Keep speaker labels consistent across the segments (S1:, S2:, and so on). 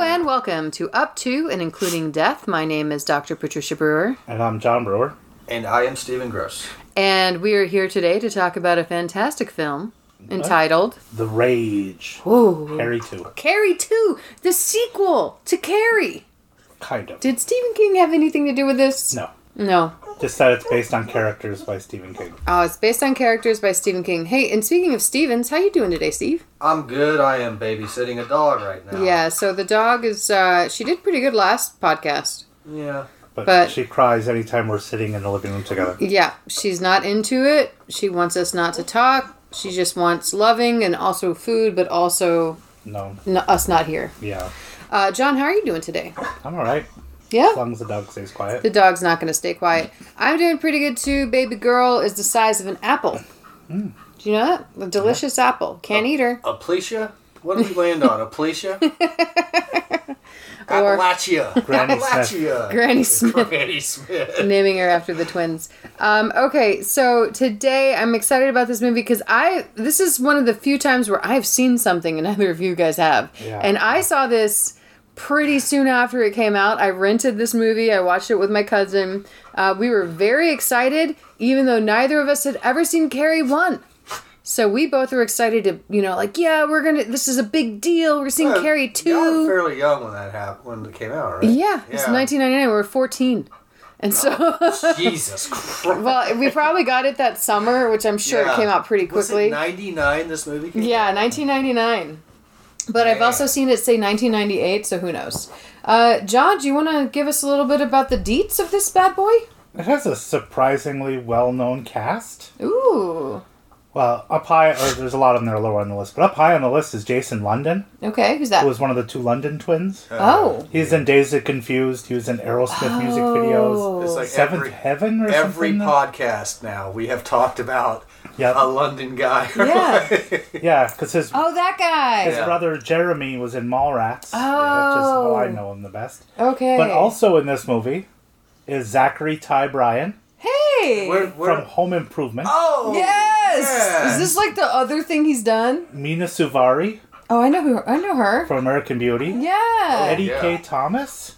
S1: welcome to Up To and Including Death. My name is Dr. Patricia Brewer,
S2: And I'm John Brewer.
S3: And I am Stephen Gross.
S1: and we are here today to talk about a fantastic film entitled
S2: The Rage.
S1: Ooh,
S2: Harry 2.
S1: Carrie 2, the sequel to Carrie.
S2: Kind of.
S1: Did Stephen King have anything to do with this?
S2: No.
S1: No.
S2: Just that it's based on characters by Stephen King.
S1: Oh, it's based on characters by Stephen King. Hey, and speaking of Stevens, how you doing today, Steve?
S3: I'm good. I am babysitting a dog right now.
S1: Yeah, so the dog is uh she did pretty good last podcast.
S3: Yeah.
S2: But,
S1: But-
S2: she cries anytime we're sitting in the living room together.
S1: Yeah, she's not into it. She wants us not to talk. She just wants loving and also food, but also
S2: No.
S1: n- us not here.
S2: Yeah.
S1: Uh, John, how are you doing today?
S2: I'm alright. As
S1: Yeah,
S2: long as the dog stays quiet.
S1: the dog's not going to stay quiet. I'm doing pretty good too. Baby girl is the size of an apple. Do you know that? A delicious apple. Can't eat her.
S3: Aplesia? What did we land on? Aplesia? Appalachia.
S2: Granny
S3: Appalachia.
S1: Granny Smith.
S3: Granny Smith.
S1: naming her after the twins. Um, okay, so today I'm excited about this movie because I this is one of the few times where I've seen something and neither of you guys have,
S2: Yeah.
S1: and I saw this pretty soon after it came out. I rented this movie. I watched it with my cousin. Uh, we were very excited, even though neither of us had ever seen Carrie one. So we both were excited to, you know, like, yeah, we're gonna. This is a big deal. We're seeing Carrie
S3: Y'all
S1: two.
S3: were fairly young when that happened, when it came out, right?
S1: Yeah, it's 1999. We were 14, and so.
S3: Jesus Christ.
S1: Well, we probably got it that summer, which I'm sure it
S3: Yeah.
S1: came out pretty
S3: Was it
S1: quickly.
S3: 99, this movie came
S1: yeah, 1999. But I've
S3: Yeah.
S1: also seen it say 1998, so who knows? Uh, John, do you want to give us a little bit about the deets of this bad boy?
S2: It has a surprisingly well known cast.
S1: Ooh.
S2: Well, up high, or there's a lot of them that are lower on the list, but up high on the list is Jason London,
S1: Okay, who's that?
S2: who was one of the two London twins.
S1: oh.
S2: He's in Dazed and Confused. He was in Aerosmith music
S1: Oh.
S2: videos.
S3: It's like
S2: Seventh
S3: every,
S2: Heaven or
S3: every
S2: something.
S3: podcast now we have talked about
S2: Yep.
S3: a London guy.
S1: Yeah.
S2: Yeah, because his
S1: Oh, that guy.
S2: His
S3: Yeah.
S2: brother Jeremy was in Mallrats, which is
S1: Oh.
S2: how I know him the best.
S1: Okay.
S2: But also in this movie is Zachary Ty Bryan
S1: hey.
S3: Where, where,
S2: from Home Improvement,
S3: oh!
S1: yes.
S3: yeah.
S1: Is this like the other thing he's done?
S2: Mina Suvari
S1: Oh, I know who. I know her.
S2: from American Beauty,
S1: Yeah.
S2: Eddie
S3: Yeah.
S2: K. Thomas.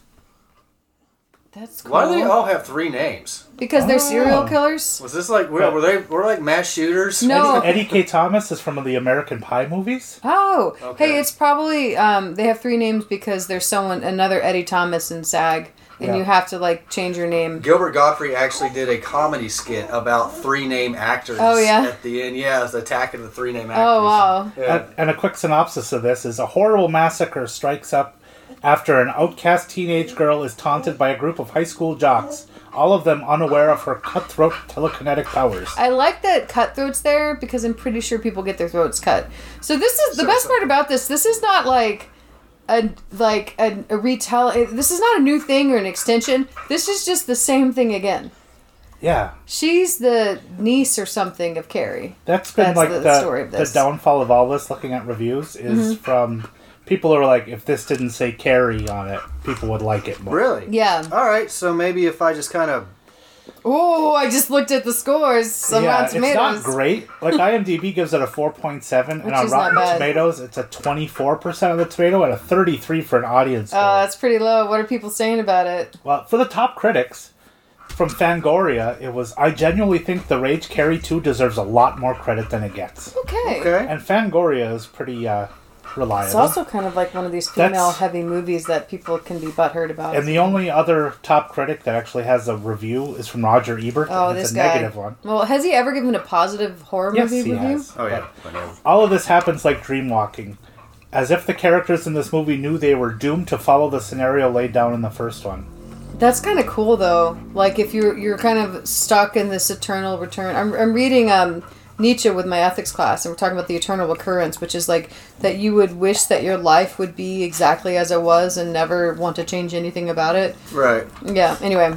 S1: That's cool.
S3: Why do they all have three names?
S1: because they're serial
S2: Oh.
S1: killers.
S3: Was this like were, were they were like mass shooters?
S1: No.
S2: Eddie K. Thomas is from the American Pie movies.
S1: Oh,
S3: Okay.
S1: hey, it's probably um, they have three names because there's someone another Eddie Thomas in SAG, and
S2: Yeah.
S1: you have to like change your name.
S3: Gilbert Godfrey actually did a comedy skit about three name actors.
S1: Oh, yeah?
S3: At the end, yeah, it was attacking the three name actors.
S1: Oh wow,
S3: Yeah.
S2: And, and a quick synopsis of this is a horrible massacre strikes up after an outcast teenage girl is taunted by a group of high school jocks, all of them unaware of her cutthroat telekinetic powers.
S1: I like that cutthroats there because I'm pretty sure people get their throats cut. So this is the
S3: So-
S1: best
S3: so-
S1: part about this. This is not like a like a, a retell. This is not a new thing or an extension. This is just the same thing again.
S2: Yeah.
S1: She's the niece or something of Carrie.
S2: That's been
S1: That's
S2: like
S1: the
S2: the,
S1: story of
S2: the
S1: this. Mm-hmm.
S2: downfall of all this. Looking at reviews is from people who are like, if this didn't say Carrie on it, people would like it more.
S3: Really?
S1: Yeah.
S2: Uh,
S3: All right, so maybe if I just kind of
S1: Oh, I just looked at the scores. on
S2: Yeah,
S1: Rotten
S2: it's not
S1: Tomatoes.
S2: great. Like IMDb gives it a four point seven,
S1: Which
S2: and on
S1: is not
S2: Rotten
S1: bad.
S2: Tomatoes, it's a twenty four percent of the tomato and a thirty three for an audience. score.
S1: Oh, that's pretty low. What are people saying about it?
S2: well, for the top critics from Fangoria, it was I genuinely think the Rage Carrie Two deserves a lot more credit than it gets,
S1: Okay.
S3: okay.
S2: and Fangoria is pretty uh, reliable.
S1: It's also kind of like one of these female
S2: That's-
S1: heavy movies that people can be butthurt about.
S2: And the only other top critic that actually has a review is from Roger Ebert.
S1: oh,
S2: and it's
S1: this
S2: a
S1: guy.
S2: negative one.
S1: Well, has he ever given a positive horror
S2: Yes,
S1: movie
S2: he
S1: review?
S2: has.
S3: Oh yeah.
S2: All of this happens like dreamwalking, as if the characters in this movie knew they were doomed to follow the scenario laid down in the first one.
S1: That's kind of cool though. Like if you're you're kind of stuck in this eternal return. I'm I'm reading um Nietzsche with my ethics class and we're talking about the eternal recurrence, which is like that you would wish that your life would be exactly as it was and never want to change anything about it.
S3: Right.
S1: Yeah. Anyway.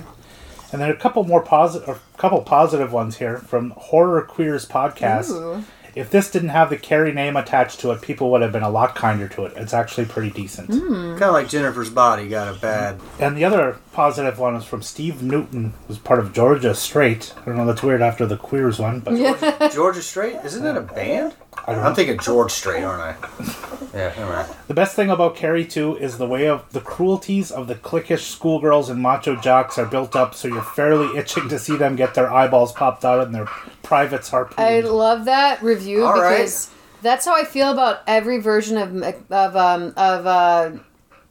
S2: And then a couple more positive, a couple positive ones here from Horror Queers podcast.
S1: Ooh.
S2: If this didn't have the Carrie name attached to it, people would have been a lot kinder to it. It's actually pretty decent.
S1: Hmm. Mm.
S3: Kind of like Jennifer's body got a bad.
S2: And the other positive one is from Steve Newton, who's part of Georgia Straight. I don't know, that's weird after the Queers one, but
S3: Georgia Strait, isn't that a band?
S2: I don't
S3: I'm
S2: know.
S3: thinking George Strait, aren't I? Yeah, all right.
S2: The best thing about Carrie 2 is the way of the cruelties of the cliquish schoolgirls and macho jocks are built up so you're fairly itching to see them get their eyeballs popped out and their privates
S1: I
S2: harpooned.
S1: love that review
S3: All right.
S1: because that's how I feel about every version of Mac- of um of uh.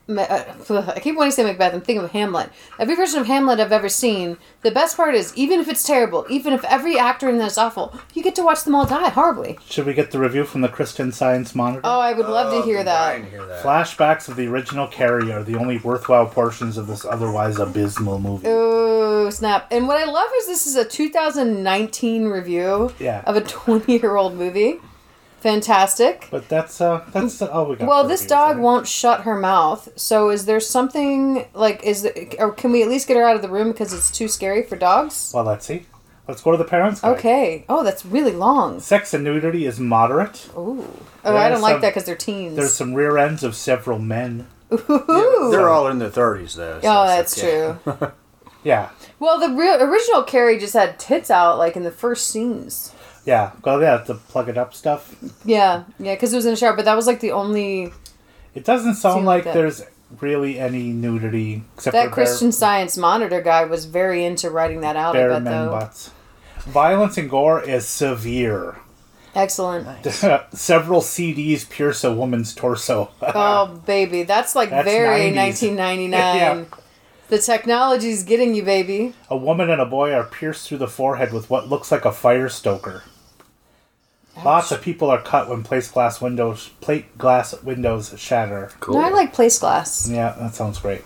S1: Ma- uh, I keep wanting to say Macbeth. I'm thinking of Hamlet. Every version of Hamlet I've ever seen, the best part is even if it's terrible, even if every actor in that is awful, you get to watch them all die horribly.
S2: Should we get the review from the Christian Science Monitor?
S1: Oh, I would love
S3: Oh,
S1: to hear
S3: I
S1: that.
S3: didn't hear that.
S2: Flashbacks of the original Carrie are the only worthwhile portions of this otherwise abysmal movie.
S1: Oh snap! And what I love is this is a 2019 review
S2: Yeah.
S1: of a 20 year old movie. Fantastic.
S2: But that's uh that's all we got.
S1: Well,
S2: for
S1: this
S2: reviews,
S1: dog
S2: right?
S1: won't shut her mouth. So, is there something like is the, or can we at least get her out of the room because it's too scary for dogs?
S2: Well, let's see. Let's go to the parents. guide.
S1: Okay. Oh, that's really long.
S2: Sex and nudity is moderate.
S1: Ooh.
S2: There
S1: Oh, I
S2: are
S1: don't like
S2: some-
S1: that because they're teens.
S2: There's some rear ends of several men.
S1: Ooh.
S3: They're all in their 30s, though. so
S1: Oh,
S3: it's
S1: that's
S3: okay.
S1: true.
S2: Yeah,
S1: Well, the real original Carrie just had tits out like in the first scenes.
S2: yeah. Well, yeah, the plug it up stuff.
S1: Yeah, yeah, because it was in a shower, but that was like the only
S2: It doesn't sound
S1: Seems
S2: like
S1: good.
S2: there's really any nudity except
S1: that
S2: for
S1: Christian
S2: bare,
S1: Science Monitor guy was very into writing that out. I
S2: bare
S1: bet
S2: men
S1: though,
S2: butts. Violence and gore is severe.
S1: excellent.
S2: Several CDs pierce a woman's torso.
S1: Oh baby, that's like
S2: That's
S1: very
S2: 90s.
S1: 1999.
S2: Yeah.
S1: The technology's getting you, baby.
S2: a woman and a boy are pierced through the forehead with what looks like a fire stoker. Lots of people are cut when plate glass windows plate glass windows shatter.
S3: Cool.
S1: No, I like place glass.
S2: Yeah, that sounds great.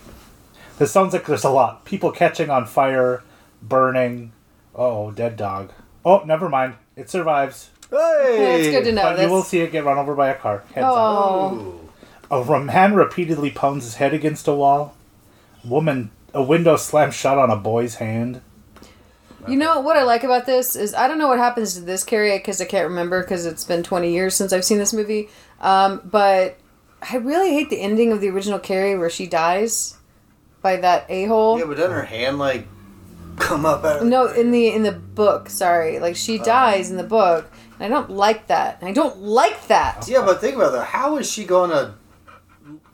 S2: This sounds like there's a lot. People catching on fire, burning. Oh, dead dog. Oh, never mind. It survives.
S1: Yeah, it's good to know.
S2: but you
S1: that's-
S2: will see it get run over by a car. Heads up.
S1: oh,
S3: Ooh.
S2: A ro- man repeatedly pounds his head against a wall. Woman, a window slams shut on a boy's hand.
S1: you know what I like about this is I don't know what happens to this Carrie because I can't remember because it's been 20 years since I've seen this movie. Um, but I really hate the ending of the original Carrie where she dies by that a hole.
S3: Yeah, but doesn't her hand, like, come up out of
S1: No, in the in the book, sorry, like she
S3: Oh.
S1: dies in the book. And I don't like that. And I don't like that.
S3: Yeah, but think about that. How is she going to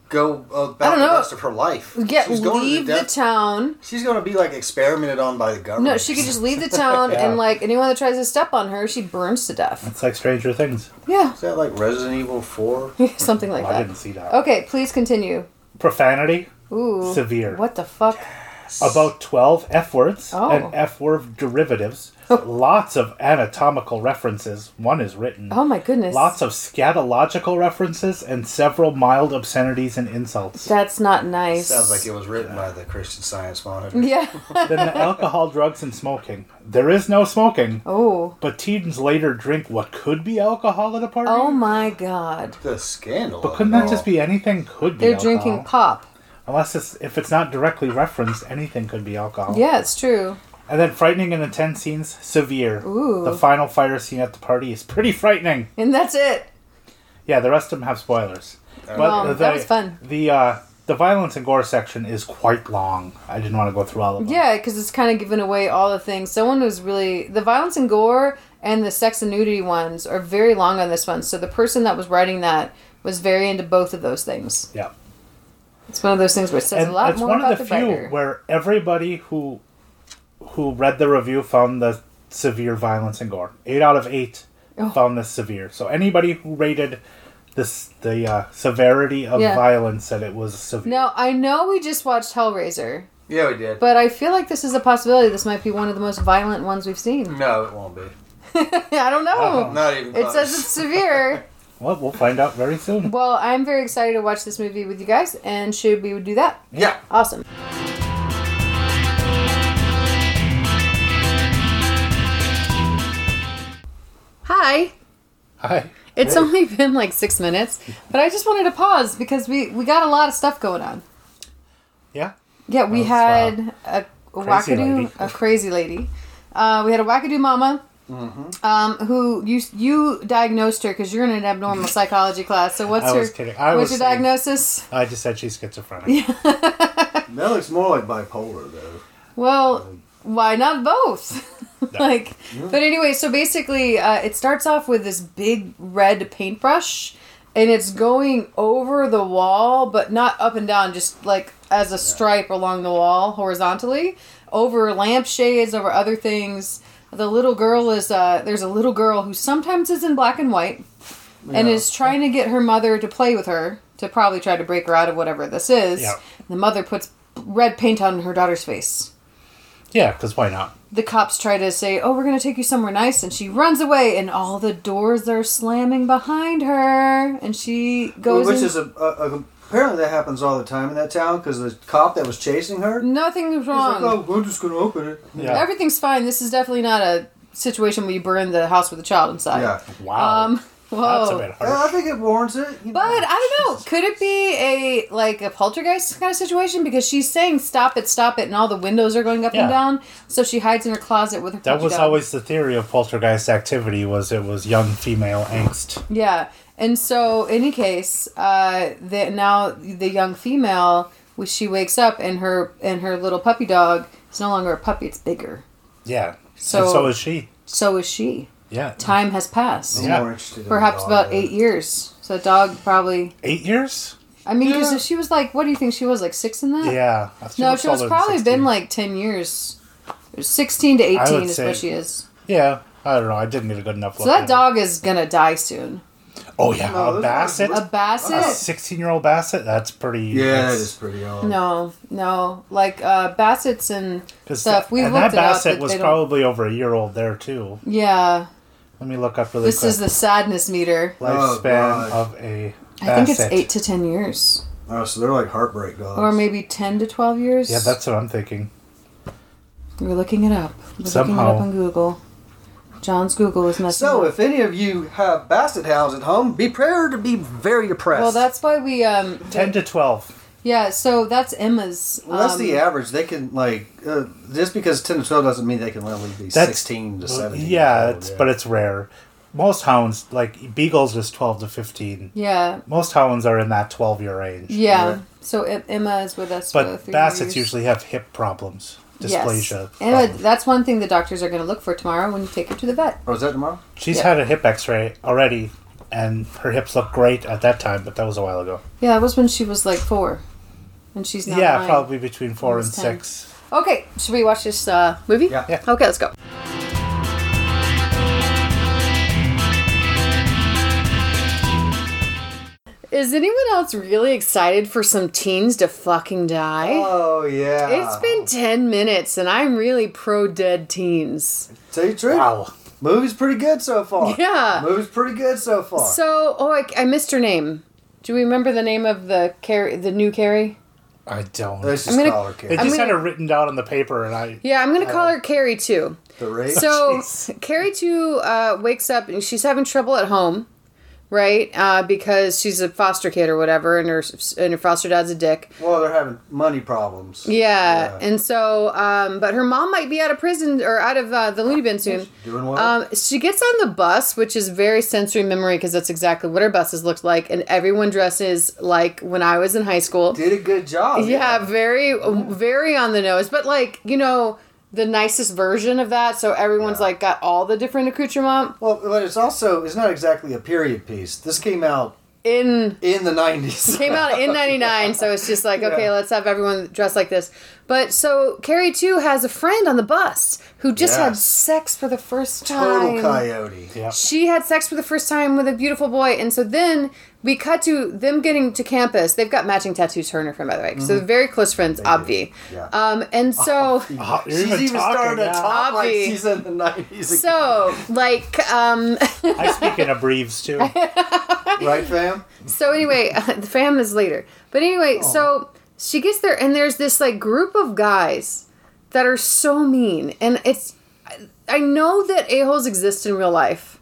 S3: go
S1: I
S3: about
S1: don't
S3: the
S1: know.
S3: rest of her life?
S1: Get
S3: She's going to
S1: leave the
S3: death-
S1: town.
S3: She's going to be like experimented on by the government.
S1: No, she could just leave the town
S2: Yeah.
S1: and like anyone that tries to step on her, she burns to death.
S2: It's like Stranger Things. Oh,
S1: Yeah,
S3: Is that like Resident Evil Four?
S1: something like
S2: I
S1: that.
S2: didn't see that.
S1: Okay, please continue.
S2: Profanity.
S1: Ooh,
S2: Severe.
S1: What the fuck?
S2: About 12 F words
S1: Oh.
S2: and F word derivatives. Lots of anatomical references. One is written.
S1: Oh my goodness.
S2: Lots of scatological references and several mild obscenities and insults.
S1: That's not nice.
S3: Sounds like it was written by the Christian Science Monitor.
S1: Yeah.
S2: then the alcohol, drugs, and smoking. There is no smoking,
S1: oh.
S2: but teens later drink what could be alcohol at a party.
S1: Oh my god.
S3: The scandal.
S2: but couldn't that just be anything? Could be.
S1: They're
S2: alcohol.
S1: drinking pop.
S2: Unless it's if it's not directly referenced, anything could be alcohol.
S1: Yeah, it's true.
S2: And then frightening and intense scenes, severe.
S1: Ooh.
S2: The final fire scene at the party is pretty frightening.
S1: And that's it.
S2: Yeah, the rest of them have spoilers. But
S1: Wow, Oh, that was fun.
S2: The uh, the violence and gore section is quite long. I didn't want to go through all of them.
S1: Yeah, because it's kind of giving away all the things. Someone was really the violence and gore and the sex and nudity ones are very long on this one. So the person that was writing that was very into both of those things.
S2: Yeah.
S1: It's one of those things where it says
S2: and
S1: a lot
S2: it's
S1: more
S2: one
S1: about
S2: of the, few
S1: writer.
S2: where everybody who who read the review found the severe violence and gore. Eight out of eight
S1: Oh.
S2: found this severe. So anybody who rated this the uh, severity of
S1: Yeah.
S2: violence said it was severe.
S1: Now I know we just watched Hellraiser,
S3: Yeah, we did.
S1: but I feel like this is a possibility. This might be one of the most violent ones we've seen.
S3: no, it won't be.
S1: I don't know.
S2: Uh-huh.
S3: Not even.
S1: It
S3: close.
S1: says it's severe.
S2: Well, we'll find out very soon.
S1: well, I'm very excited to watch this movie with you guys, and should we do that?
S3: yeah.
S1: Awesome. Hi.
S2: Hi.
S1: It's only been like six minutes, but I just wanted to pause because we we got a lot of stuff going on.
S2: Yeah.
S1: Yeah, we
S2: Oh, That's,
S1: had a, a
S2: crazy
S1: wackadoo,
S2: lady.
S1: a crazy lady. Uh, we had a wackadoo mama.
S2: Mm-hmm.
S1: Um, who you you diagnosed her because you're in an abnormal psychology class. So what's
S2: I
S1: your
S2: was kidding. I
S1: what's
S2: was
S1: your
S2: saying-
S1: diagnosis?
S2: I just said she's schizophrenic.
S3: That looks more like bipolar though.
S1: Well, why not both? like, but anyway, so basically, uh, it starts off with this big red paintbrush, and it's going over the wall, but not up and down, just like as a stripe along the wall horizontally, over lampshades, over other things. The little girl is uh, there's a little girl who sometimes is in black and white, and
S3: Yeah.
S1: is trying to get her mother to play with her to probably try to break her out of whatever this is.
S2: Yeah.
S1: The mother puts red paint on her daughter's face
S2: Yeah, because why not?
S1: the cops try to say, "Oh, we're going to take you somewhere nice," and she runs away, and all the doors are slamming behind her, and she goes.
S3: Which
S1: in-
S3: is a, a, a apparently that happens all the time in that town because the cop that was chasing her. He's
S1: nothing's
S3: like,
S1: wrong.
S3: oh, we're just gonna open it.
S2: Yeah.
S1: Everything's fine. This is definitely not a situation where you burn the house with a child inside.
S3: Yeah.
S2: Wow.
S1: Um. Whoa.
S2: That's a bit harsh.
S3: Yeah, I think it warrants it. you
S1: But
S3: know.
S1: I don't know. Could it be a like a poltergeist kind of situation because she's saying "stop it, stop it," and all the windows are going up
S2: Yeah.
S1: and down, so she hides in her closet with her.
S2: that
S1: cookie
S2: was
S1: dough.
S2: always the theory of poltergeist activity was it was young female angst.
S1: Yeah, and so any case, uh, that now the young female, when she wakes up and her and her little puppy dog is no longer a puppy; it's bigger.
S2: Yeah. So,
S1: So-
S2: and so is she.
S1: So is she.
S2: Yeah.
S1: Time has passed,
S3: I'm
S2: Yeah.
S3: more interested in
S1: perhaps
S3: the
S1: about
S3: dog.
S1: eight years. So the dog probably.
S2: Eight years?
S1: I mean, because
S3: Yeah.
S1: if she was like, what do you think she was like six in that?
S2: Yeah.
S1: No, she was
S2: older than
S1: probably
S2: 16.
S1: been like ten years. Sixteen to eighteen is
S2: say-
S1: what she is.
S2: Yeah. I don't know. I didn't get a good enough
S1: So
S2: look
S1: that
S2: at
S1: dog is gonna die soon.
S2: it. Oh yeah,
S3: No,
S2: a
S3: those-
S2: basset.
S1: A
S2: A
S1: basset.
S2: sixteen-year-old basset. That's pretty.
S3: Yeah, that
S2: that's-
S3: is pretty old.
S1: No, no, like uh, bassets and
S2: 'cause
S1: stuff.
S2: that-
S1: We
S2: and
S1: looked
S2: that
S1: it up,
S2: basset
S1: but
S2: was
S1: they don't-
S2: probably over a year old there too.
S1: Yeah,
S2: Let me look up really
S1: this
S2: quick.
S1: is the sadness meter.
S2: lifespan
S3: Oh, God.
S2: of a basset.
S1: I think it's eight to ten years,
S3: Oh, so they're like heartbreak dogs.
S1: or maybe ten to twelve years.
S2: Yeah, that's what I'm thinking.
S1: we're looking it up. We're
S2: Somehow.
S1: looking it up on Google. John's Google is messing.
S3: So,
S1: up.
S3: if any of you have basset hounds at home, be prepared to be very depressed.
S1: well, that's why we um
S2: Ten to twelve.
S1: yeah. So that's Emma's.
S3: Well, that's
S1: um,
S3: the average. They can like uh, just because ten to twelve doesn't mean they can only be
S2: That's-
S3: sixteen to
S2: Well,
S3: seventeen.
S2: yeah,
S3: years old,
S2: it's, but it's rare. Most hounds, like beagles, is twelve to fifteen.
S1: Yeah,
S2: Most hounds are in that twelve-year range.
S1: yeah.
S3: Yeah.
S1: So E- Emma is with us. for
S2: but
S1: three
S2: bassets
S1: years.
S2: usually have hip problems,
S1: Yes.
S2: dysplasia.
S1: Emma,
S2: problems.
S1: that's one thing the doctors are going to look for tomorrow when you take her to the vet.
S3: Oh, is that tomorrow?
S2: She's
S1: yeah.
S2: had a hip X-ray already, and her hips look great at that time, but that was a while ago.
S1: Yeah, that was when she was like four, and she's now
S2: yeah,
S1: nine.
S2: probably between four and
S1: Almost 10.
S2: six.
S1: Okay, should we watch this uh, movie?
S3: Yeah.
S2: Yeah.
S1: Okay, let's go. Is anyone else really excited for some teens to fucking die?
S3: Oh yeah.
S1: it's been 10 minutes and I'm really pro dead teens.
S3: Tell you the truth.
S2: Wow.
S3: Movie's pretty good so far.
S1: Yeah.
S3: Movie's pretty good so far.
S1: So, oh, I, I missed her name. Do we remember the name of the Carrie, the new Carrie?
S2: I don't.
S3: Let's just
S1: I'm gonna-
S3: call her
S2: they
S3: Carrie.
S2: just
S1: I'm
S2: had
S1: gonna-
S2: her written down on the paper, and I.
S1: Yeah, I'm gonna call her Carrie too.
S3: The rape.
S1: So
S2: Jeez.
S1: Carrie too uh, wakes up and she's having trouble at home, right? Uh, because she's a foster kid or whatever, and her and her foster dad's a dick.
S3: well, they're having money problems.
S1: Yeah, and so um, but her mom might be out of prison or out of uh, the loony bin soon.
S3: Doing well.
S1: Um, she gets on the bus, which is very sensory memory because that's exactly what her buses looked like, and everyone dresses like when I was in high school.
S3: Did a good job.
S1: Yeah, very, very on the nose. But like you know, the nicest version of that. So everyone's
S3: Yeah.
S1: like got all the different accoutrement
S3: Well, but it's also it's not exactly a period piece. This came out
S1: in
S3: in the nineties.
S1: came out in 99 so it's just like okay
S3: Yeah.
S1: let's have everyone dressed like this but so carrie too has a friend on the bus who just had
S3: Yes.
S1: sex for the first time
S3: Total coyote.
S2: Yeah.
S1: she had sex for the first time with a beautiful boy and so then we cut to them getting to campus they've got matching tattoos her and her friend by the way so they're very close friends obvi
S3: Mm-hmm. Yeah.
S1: um, and so
S2: Oh, you're
S3: she's
S2: even
S3: even,
S2: talking
S3: starting
S2: now.
S3: to talk like
S1: Obvi.
S3: she's in the nineties.
S1: so like um
S2: I speak in abreves too.
S3: right, fam?
S1: So anyway, the fam is later. But anyway, so she gets there and there's this like group of guys that are so mean and it's I- I know that a-holes exist in real life,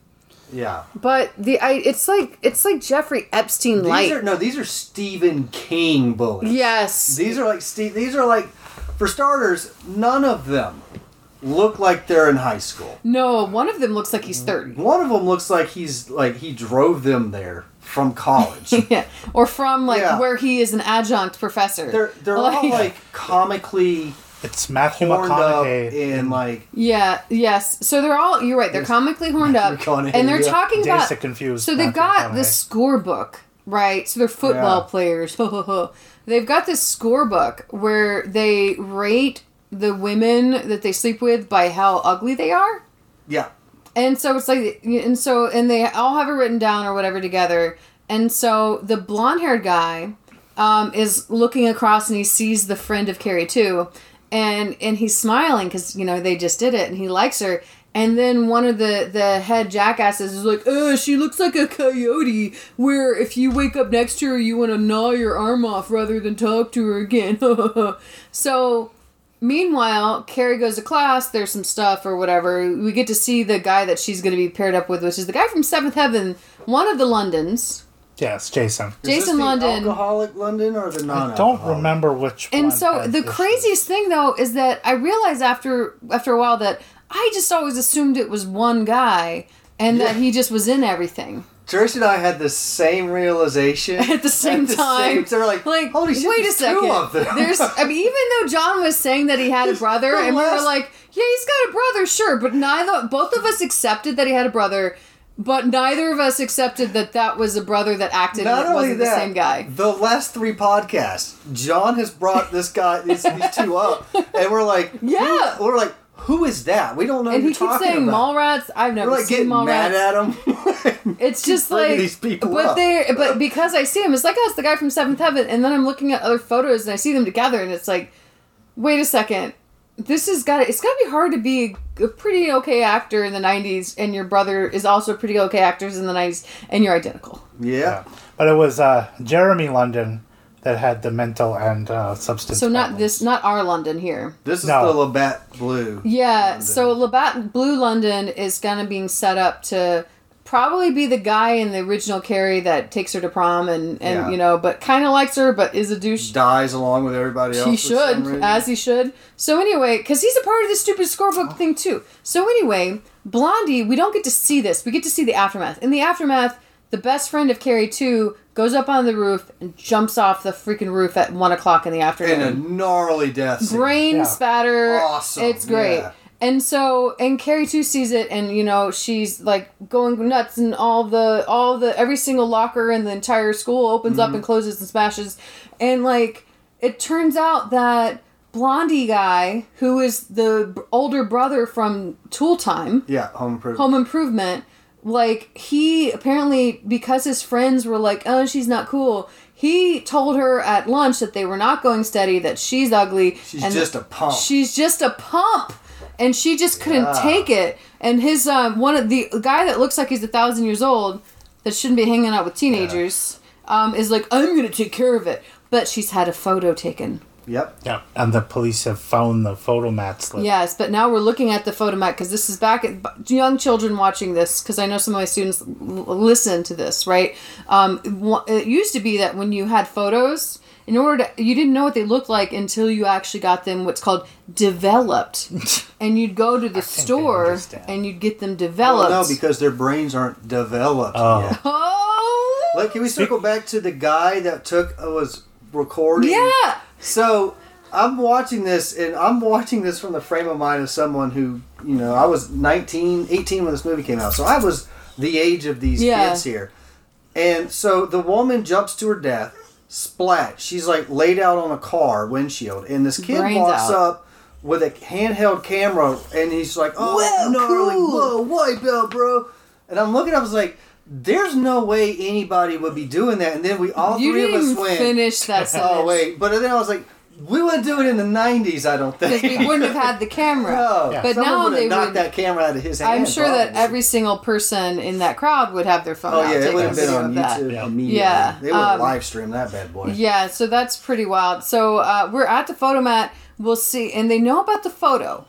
S3: Yeah.
S1: but the I it's like it's like Jeffrey Epstein light.
S3: These are no, these are Stephen King bullies.
S1: yes.
S3: These are like Steve. These are like, for starters, none of them look like they're in high school.
S1: no, one of them looks like he's 30.
S3: One of them looks like he's like he drove them there from college.
S1: Yeah. Or from like
S3: Yeah.
S1: where he is an adjunct professor.
S3: they're they're all like comically
S2: It's Matthew
S3: horned up
S2: McConaughey.
S3: in like
S1: Yeah, yes. So they're all you're right, they're comically horned up.
S3: McConaughey,
S1: And they're
S3: yeah.
S1: talking
S2: Days
S1: about
S2: to Confuse,
S1: So they've
S2: Matthew
S1: got the
S2: McConaughey.
S1: scorebook, right? So they're football
S3: Yeah.
S1: players. they've got this scorebook where they rate the women that they sleep with by how ugly they are.
S3: yeah.
S1: And so it's like, and so, and they all have it written down or whatever together. And so the blonde haired guy um, is looking across and he sees the friend of Carrie too. And, and he's smiling because, you know, they just did it and he likes her. And then one of the, the head jackasses is like, oh, she looks like a coyote, where if you wake up next to her, you want to gnaw your arm off rather than talk to her again. so Meanwhile, Carrie goes to class. There's some stuff or whatever. We get to see the guy that she's going to be paired up with, which is the guy from Seventh Heaven, one of the Londons.
S2: Yes, Jason.
S3: Is this
S1: Jason
S3: the
S1: London.
S3: Alcoholic London or the non
S2: I don't remember which
S1: And
S2: one
S1: so
S2: had
S1: the
S2: this.
S1: craziest thing though is that I realized after after a while that I just always assumed it was one guy and that
S3: Yeah.
S1: he just was in everything.
S3: Joyce and I had the same realization
S1: At the same time.
S3: so we're like,
S1: Like,
S3: holy shit!
S1: wait a
S3: there's
S1: second.
S3: Two of them.
S1: There's, I mean, even though John was saying that he had a brother,
S3: The
S1: and we were
S3: last-
S1: like, yeah, he's got a brother, sure, but neither, both of us accepted that he had a brother, but neither of us accepted that that was a brother that acted and
S3: not
S1: it
S3: only
S1: wasn't
S3: that,
S1: the same guy.
S3: The last three podcasts, John has brought this guy, these, these two up, and we're like, who-
S1: Yeah.
S3: we're like, who is that? We don't know.
S1: And
S3: who
S1: he
S3: you're
S1: keeps
S3: talking
S1: saying
S3: about.
S1: mall rats. I've never
S3: We're like
S1: seen
S3: getting
S1: mall
S3: mad
S1: rats.
S3: at him.
S1: It's just
S3: bringing
S1: like
S3: these people
S1: but
S3: up.
S1: they but because I see him, it's like oh, it's the guy from Seventh Heaven, and then I'm looking at other photos and I see them together, and it's like, wait a second, this has got it's got to be hard to be a pretty okay actor in the '90s, and your brother is also pretty okay actors in the '90s, and you're identical.
S3: yeah.
S2: But it was uh, Jeremy London that had the mental and uh, substance.
S1: So not
S2: problems.
S1: this, not our London here.
S3: This is
S2: No.
S3: the Labatt Blue.
S1: Yeah, so Labatt Blue London is kind of being set up to probably be the guy in the original Carrie that takes her to prom and and
S3: Yeah.
S1: you know, but kind of likes her, but is a douche.
S3: Dies along with everybody else.
S1: He
S3: for some
S1: should,
S3: reason.
S1: as he should. So anyway, because he's a part of the stupid scorebook thing too. So anyway, Blondie, we don't get to see this. We get to see the aftermath. In the aftermath, the best friend of Carrie too goes up on the roof and jumps off the freaking roof at one o'clock in the
S3: in
S1: afternoon
S3: a gnarly death scene.
S1: brain
S2: Yeah.
S1: spatter.
S3: Awesome,
S1: It's great.
S3: yeah.
S1: And so, and Carrie too sees it, and you know she's like going nuts, and all the all the every single locker in the entire school opens up
S3: Mhm.
S1: and closes and smashes, and like it turns out that Blondie guy, who is the b- older brother from Tool Time,
S3: Yeah, home improvement.
S1: Home Improvement, like he apparently because his friends were like, "Oh, she's not cool." He told her at lunch that they were not going steady, that she's ugly.
S3: She's just a pump.
S1: She's just a pump, and she just couldn't
S3: Yeah.
S1: take it. And his um, one of the guy that looks like he's a thousand years old, that shouldn't be hanging out with teenagers, um, is like, "I'm gonna take care of it." But she's had a photo taken.
S3: Yep.
S2: Yeah, and the police have found the photo mat slip.
S1: Yes, but now we're looking at the photomat because this is back at b- young children watching this because I know some of my students l- listen to this. Right? Um, it wa- it used to be that when you had photos, in order to you didn't know what they looked like until you actually got them what's called developed, and you'd go to the store
S2: understand.
S1: and you'd get them
S3: Well,
S1: developed.
S3: no, because their brains aren't developed yet.
S1: oh,
S3: Look, can we circle back to the guy that took uh, was recording?
S1: yeah.
S3: So I'm watching this, and I'm watching this from the frame of mind of someone who, you know, I was 19, 18 when this movie came out, so I was the age of these
S1: Yeah.
S3: kids here. And so the woman jumps to her death, splat. She's like laid out on a car windshield, and this kid
S1: Brains
S3: walks
S1: out.
S3: up. With a handheld camera, and he's like, "Oh,
S1: Whoa,
S3: no, like,
S1: cool.
S3: whoa, wipe out, bro!" And I'm looking, I was like, "There's no way anybody would be doing that." And then we all
S1: You
S3: three of
S1: didn't
S3: us
S1: even
S3: went,
S1: finish that sentence.
S3: Oh wait, but then I was like, we wouldn't do it in the '90s, I don't
S1: because
S3: think.
S1: we wouldn't have had the camera.
S3: no,
S2: Yeah.
S1: But
S3: someone
S1: now
S3: would have
S1: they
S3: knocked
S1: would-
S3: that camera out of his hand.
S1: I'm sure that
S3: probably.
S1: every single person in that crowd would have their phone.
S3: Oh
S1: out,
S3: yeah, it
S1: taking
S3: would
S1: a
S3: have been
S1: video
S3: on
S1: of that.
S3: YouTube
S2: Yeah.
S3: immediately.
S1: Yeah,
S3: they would have
S1: um,
S3: live streamed that bad boy.
S1: Yeah, so that's pretty wild. So uh, we're at the photomat. We'll see, and they know about the photo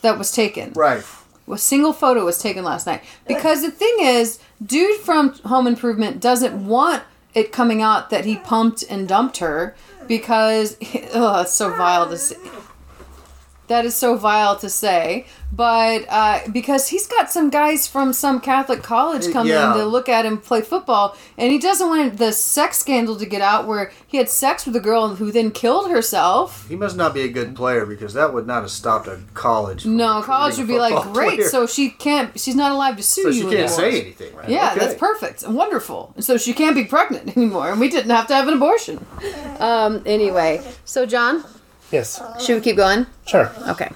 S1: that was taken.
S3: Right.
S1: A single photo was taken last night because the thing is, dude from Home Improvement doesn't want it coming out that he pumped and dumped her because oh, it's so vile to see. That is so vile to say, but uh, because he's got some guys from some Catholic college come
S3: Uh, Yeah.
S1: in to look at him play football, and he doesn't want the sex scandal to get out where he had sex with a girl who then killed herself.
S3: He must not be a good player because that would not have stopped a college. from
S1: No,
S3: recruiting
S1: college would
S3: a
S1: be like,
S3: football
S1: great,
S3: player."
S1: so she can't, she's not allowed to sue
S3: So
S1: you
S3: she can't
S1: anymore.
S3: say anything, right?
S1: Yeah,
S3: Okay.
S1: that's perfect. and Wonderful. And so she can't be pregnant anymore, and we didn't have to have an abortion. Um, anyway, so John,
S2: Yes,
S1: should we keep going?
S2: sure.
S1: Okay.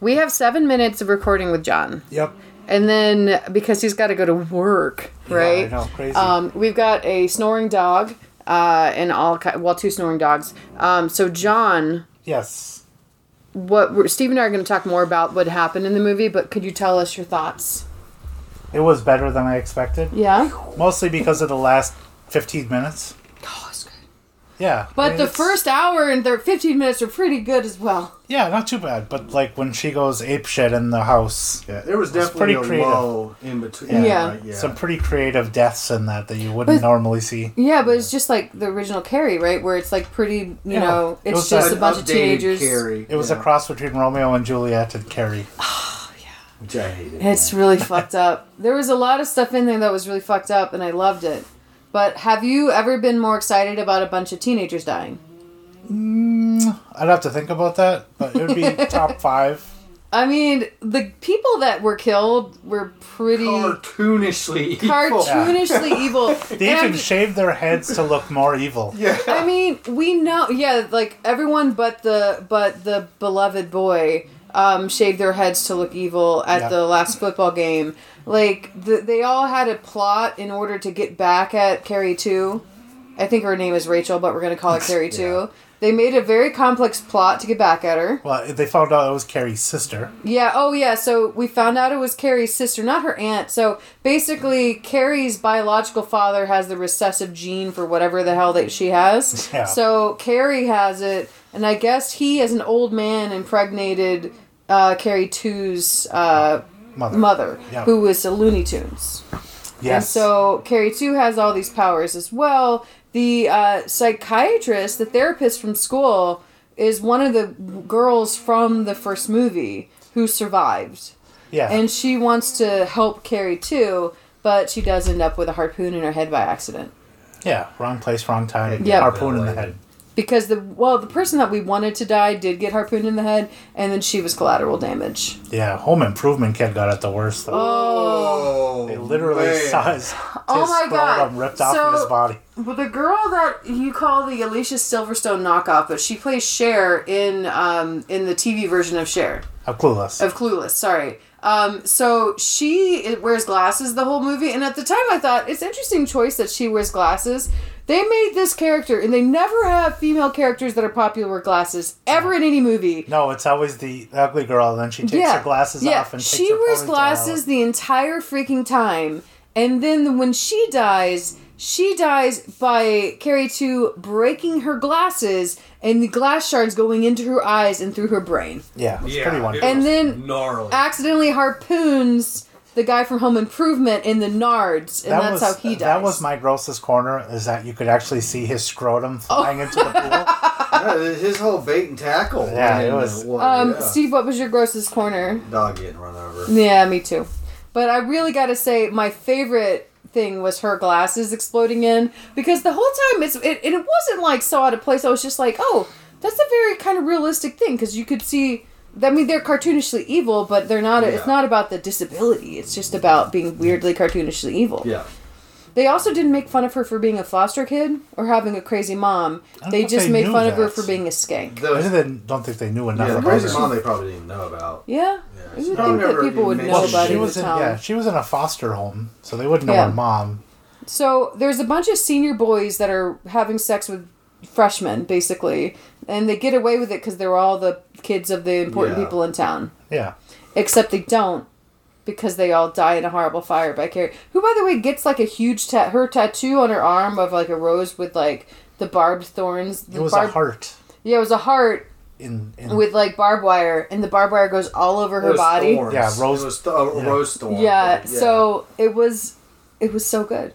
S1: We have seven minutes of recording with John,
S2: Yep.
S1: and then because he's got to go to work, right?
S2: Yeah, I know, crazy.
S1: Um, we've got a snoring dog, uh, and all ki- well, two snoring dogs. Um, so John,
S2: yes.
S1: what we're, Steve and I are going to talk more about what happened in the movie, but could you tell us your thoughts? Oh,
S2: It was better than I expected,
S1: Yeah,
S2: mostly because of the last 15 minutes. Yeah. I
S1: but
S2: mean,
S1: the
S2: it's-
S1: first hour and their fifteen minutes are pretty good as well.
S2: Yeah, not too bad, but like when she goes ape shit in the house.
S3: Yeah, there was
S2: It's
S3: definitely
S2: pretty
S3: a
S2: creative.
S3: lull in between.
S1: Yeah.
S3: right, yeah.
S2: Some pretty creative deaths in that that you wouldn't
S1: But-
S2: normally see.
S1: Yeah, but it's just like the original Carrie, right? Where it's like pretty, you
S2: Yeah.
S1: know,
S2: It
S1: it's
S2: was
S1: just
S2: like
S1: a bunch of
S3: Updated
S1: teenagers.
S3: Carrie,
S2: It was
S3: yeah,
S2: a cross between Romeo and Juliet and Carrie.
S3: which I hated.
S1: It's really fucked up. There was a lot of stuff in there that was really fucked up, and I loved it. But have you ever been more excited about a bunch of teenagers dying?
S2: I'd have to think about that, but it would be top five.
S1: I mean, the people that were killed were pretty
S3: cartoonishly evil.
S1: cartoonishly evil.
S2: They
S1: And I'm
S2: even
S1: just-
S2: shaved their heads to look more evil.
S3: Yeah.
S1: I mean, we know, yeah, like everyone but the but the beloved boy um, shaved their heads to look evil at
S2: Yeah.
S1: the last football game. Like the, they all had a plot in order to get back at Carrie Two. I think her name is Rachel, but we're gonna call it Carrie Two. They made a very complex plot to get back at her.
S2: Well, they found out it was Carrie's sister.
S1: Yeah, oh yeah, so we found out it was Carrie's sister, not her aunt. So basically, Carrie's biological father has the recessive gene for whatever the hell that she has.
S2: Yeah.
S1: So Carrie has it, and I guess he, as an old man, impregnated uh, Carrie 2's uh,
S2: Mother.
S1: mother,
S2: Yeah.
S1: who was a Looney Tunes. And
S2: Yes.
S1: so Carrie too has all these powers as well. The uh, psychiatrist, the therapist from school, is one of the girls from the first movie who survived,
S2: yeah.
S1: and she wants to help Carrie too, but she does end up with a harpoon in her head by accident
S2: yeah. Wrong place, wrong time.
S1: Yep.
S2: Harpoon in the head.
S1: because the well the person that we wanted to die did get harpooned in the head, and then she was collateral damage.
S2: Yeah. Home improvement kid got it the worst. Though.
S3: Oh,
S2: They literally
S3: man.
S2: saw his, his
S1: Oh my God.
S2: scrotum ripped off
S1: So-
S2: of his body.
S1: Well, the girl that you call the Alicia Silverstone knockoff, but she plays Cher in um, in the TV version of Cher.
S2: I'm clueless.
S1: of Clueless. Sorry. Um, so she wears glasses the whole movie, and at the time I thought it's interesting choice that she wears glasses. They made this character, and they never have female characters that are popular with glasses ever in any movie.
S2: no, it's always the ugly girl. Then she takes her glasses
S1: yeah.
S2: off and takes
S1: she
S2: her
S1: wears
S2: ponytail
S1: glasses
S2: out.
S1: the entire freaking time, and then when she dies, she dies by Carrie two breaking her glasses and the glass shards going into her eyes and through her brain
S2: Yeah, it's
S3: Yeah,
S2: pretty
S3: it
S2: wonderful.
S1: And
S3: was
S1: then-
S3: gnarly.
S1: accidentally harpoons the guy from Home Improvement in the Nards, and that's
S2: was,
S1: how he dies.
S2: That was my grossest corner is that you could actually see his scrotum
S1: Oh.
S2: flying into the pool.
S3: Yeah, his whole bait and tackle.
S2: Yeah, it
S3: in the
S2: was-
S3: water,
S1: Um,
S3: yeah.
S1: Steve, what was your grossest corner?
S3: Dog getting run over.
S1: Yeah, me too. But I really got to say, my favorite thing was her glasses exploding in because the whole time it's it, and it wasn't like so out of place. I was just like, oh, that's a very kind of realistic thing because you could see. I mean, they're cartoonishly evil, but they're not. It's
S3: Yeah.
S1: not about the disability. It's just about being weirdly cartoonishly evil.
S3: Yeah.
S1: They also didn't make fun of her for being a foster kid or having a crazy mom.
S2: I
S1: They
S2: thought
S1: just
S2: they
S1: made
S2: knew
S1: fun of her
S2: that.
S1: for being a skank.
S2: I
S3: The,
S2: didn't, don't think they knew enough
S3: yeah, the
S2: about
S3: crazy
S2: her.
S3: mom they probably didn't even know about.
S1: Yeah,
S3: Yeah,
S1: you
S3: she
S1: would
S3: probably
S1: think that
S3: never
S1: people would
S3: even
S1: know
S2: Well,
S3: mentioned
S1: about
S2: she
S1: it
S2: was
S1: in
S2: in
S1: the town.
S2: yeah, she was in a foster home, so they wouldn't know
S1: Yeah.
S2: her mom.
S1: So there's a bunch of senior boys that are having sex with freshmen, basically, and they get away with it because they're all the kids of the important
S3: Yeah.
S1: people in town.
S2: Yeah,
S1: Except they don't because they all die in a horrible fire by Carrie, who, by the way, gets like a huge tat. Her tattoo on her arm of like a rose with like the barbed thorns. The
S2: it was
S1: barbed-
S2: a heart
S1: Yeah, it was a heart
S2: in, in
S1: Mm-hmm. with like barbed wire, and the barbed wire goes all over
S3: It uh,
S1: her
S3: was
S1: body.
S3: thorns.
S2: Yeah, rose-
S3: It was th- a
S2: yeah.
S3: rose thorn.
S1: Yeah, so it was, it was so good.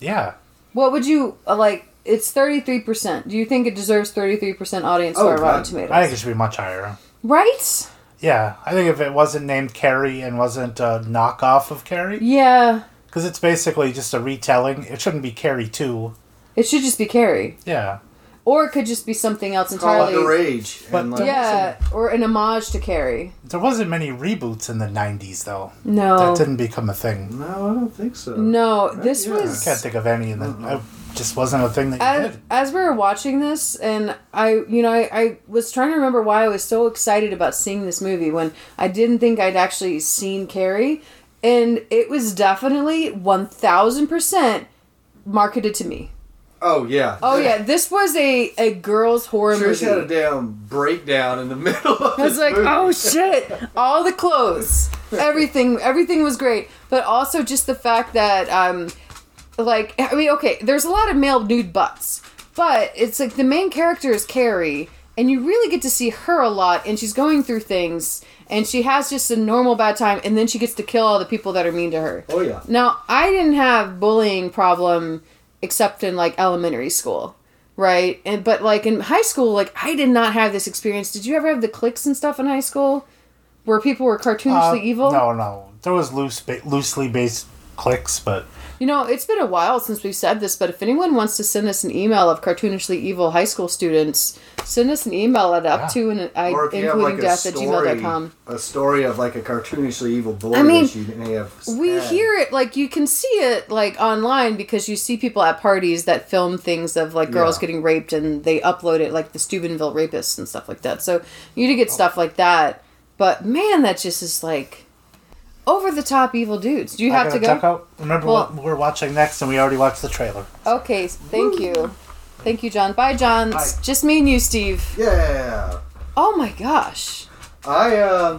S2: Yeah.
S1: What would you uh, like? It's thirty three percent. Do you think it deserves thirty three percent audience score
S3: Oh,
S1: on Rotten
S3: God.
S1: Tomatoes?
S2: I think it should be much higher.
S1: right?
S2: Yeah, I think if it wasn't named Carrie and wasn't a knockoff of Carrie,
S1: Yeah,
S2: because it's basically just a retelling. It shouldn't be Carrie two.
S1: it should just be Carrie,
S2: Yeah,
S1: or it could just be something else
S3: Call out
S1: entirely.
S3: the rage.
S2: But
S3: and,
S2: the-
S3: like,
S1: yeah, or an homage to Carrie.
S2: there wasn't many reboots in the '90s though.
S1: No,
S2: That didn't become a thing.
S3: No, I don't think so.
S1: no, this
S3: Yeah.
S2: I
S1: was
S2: can't think of any, and then it just wasn't a thing that you
S1: as,
S2: did.
S1: as we were watching this and i you know I, I was trying to remember why i was so excited about seeing this movie when i didn't think i'd actually seen carrie and it was definitely 1000% marketed to me
S3: Oh yeah.
S1: oh yeah this was a, a girls horror
S3: Trish had a
S1: movie
S3: damn breakdown in the middle. Of
S1: i was like oh shit all the clothes everything everything was great but also just the fact that um like I mean, okay, there's a lot of male nude butts, but it's like the main character is Carrie, and you really get to see her a lot, and she's going through things, and she has just a normal bad time, and then she gets to kill all the people that are mean to her.
S3: Oh, yeah.
S1: Now I didn't have bullying problem except in like elementary school. Right, and but like in high school, like I did not have this experience. Did you ever have the cliques and stuff in high school, where people were cartoonishly
S2: Uh,
S1: evil?
S2: No, no, there was loose, ba- loosely based clicks, but
S1: You know, it's been a while since we've said this, but if anyone wants to send us an email of cartoonishly evil high school students, send us an email at up to and I,
S3: Or if you have
S1: including
S3: like a
S1: death
S3: story,
S1: at gmail.com.
S3: a story of like a cartoonishly evil boy
S1: I mean,
S3: that you may have.
S1: We
S3: had.
S1: hear it like you can see it like online because you see people at parties that film things of like girls
S3: Yeah.
S1: getting raped and they upload it like the Steubenville rapists and stuff like that. So you do
S3: Oh.
S1: get stuff like that, but man, that just is like over the top evil dudes. Do you
S2: I
S1: have
S2: gotta
S1: to go?
S2: duck out. Remember
S1: Well-
S2: what we're watching next, and we already watched the trailer.
S1: Okay, thank you. Thank you, John. Bye, John. It's
S3: Bye.
S1: Just me and you, Steve.
S3: Yeah,
S1: Oh my gosh.
S3: I um,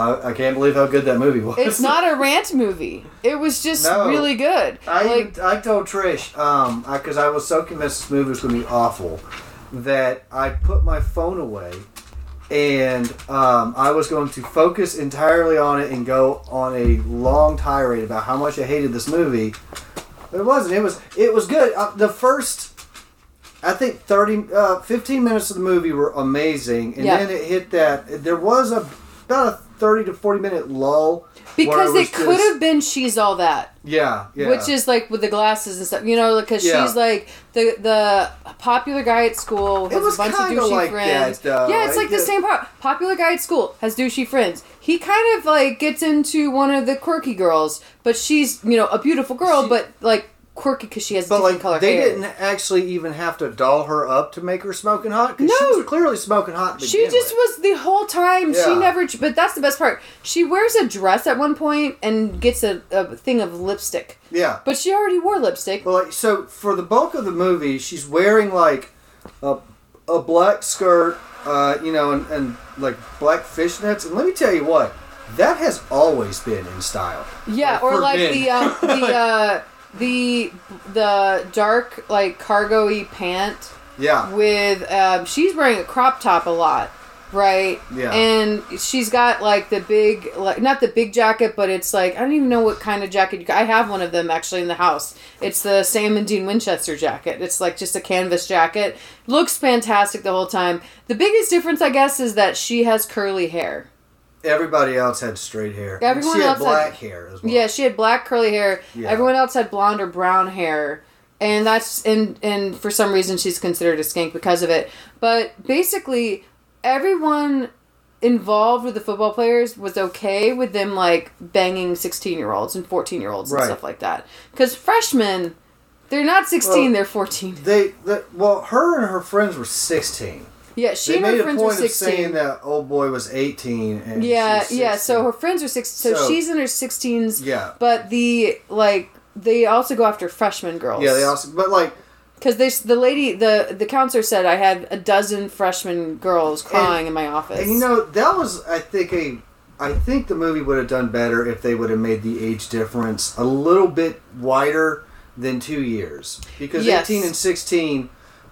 S3: I, I can't believe how good that movie was.
S1: It's not a rant movie. It was just
S3: No.
S1: really good.
S3: I
S1: like,
S3: I told Trish um because I, was so convinced this movie was going to be awful that I put my phone away and um, I was going to focus entirely on it and go on a long tirade about how much I hated this movie. But it wasn't. It was it was good. Uh, the first. I think 30, uh, 15 minutes of the movie were amazing, and
S1: Yeah.
S3: then it hit that there was a about a thirty to forty minute lull where
S1: because
S3: was
S1: it could
S3: just-
S1: have been She's All That,
S3: yeah, yeah,
S1: which is like with the glasses and stuff, you know, because
S3: Yeah.
S1: she's like the the popular guy at school has
S3: was
S1: a bunch of
S3: kinda
S1: douchey
S3: like
S1: friends.
S3: that, though.
S1: yeah, it's
S3: I
S1: like the
S3: did-
S1: same part. Popular guy at school has douchey friends. He kind of like gets into one of the quirky girls, but she's, you know, a beautiful girl,
S3: She-
S1: but like quirky because she has
S3: But
S1: different
S3: like
S1: color
S3: they
S1: hair.
S3: didn't actually even have to doll her up to make her smoking hot because she
S1: No.
S3: was clearly smoking hot. To
S1: She
S3: begin
S1: just
S3: with.
S1: was the whole time. She
S3: Yeah.
S1: never. But that's the best part. She wears a dress at one point and gets a, a thing of lipstick.
S3: yeah.
S1: But she already wore lipstick.
S3: Well, like, so for the bulk of the movie, she's wearing like a a black skirt, uh, you know, and, and like black fishnets. And let me tell you what, that has always been in style.
S1: yeah, or
S3: for
S1: like
S3: men.
S1: the uh, the uh, the the dark like cargo-y pant
S3: Yeah,
S1: with um, she's wearing a crop top a lot, right?
S3: Yeah.
S1: And she's got like the big like not the big jacket, but it's like I don't even know what kind of jacket. You, I have one of them actually in the house. It's the Sam and Dean Winchester jacket. It's like just a canvas jacket. Looks fantastic the whole time. The biggest difference, I guess, is that she has curly hair.
S3: everybody else had straight hair. And
S1: Everyone
S3: she had
S1: else had-
S3: black hair as well.
S1: Yeah, she had black curly hair.
S3: Yeah.
S1: Everyone else had blonde or brown hair. And that's and and for some reason she's considered a skank because of it. But basically everyone involved with the football players was okay with them like banging 16-year-olds and 14-year-olds and
S3: Right.
S1: stuff like that. Cuz freshmen they're not 16,
S3: Well-
S1: they're 14.
S3: They, the, well, her and her friends were sixteen.
S1: Yeah, she
S3: they
S1: and
S3: made
S1: her
S3: a
S1: friends
S3: point
S1: were
S3: of
S1: 16.
S3: saying that old boy was eighteen. And
S1: Yeah,
S3: she's
S1: yeah.
S3: 16.
S1: So her friends are six. So,
S3: So-
S1: she's in her sixteens.
S3: Yeah.
S1: But the like they also go after freshman girls.
S3: Yeah, they also, but like,
S1: because they the lady the the counselor said I had a dozen freshman girls crying in my office.
S3: and you know, that was, I think, a, I think the movie would have done better if they would have made the age difference a little bit wider than two years, because
S1: Yes.
S3: eighteen and sixteen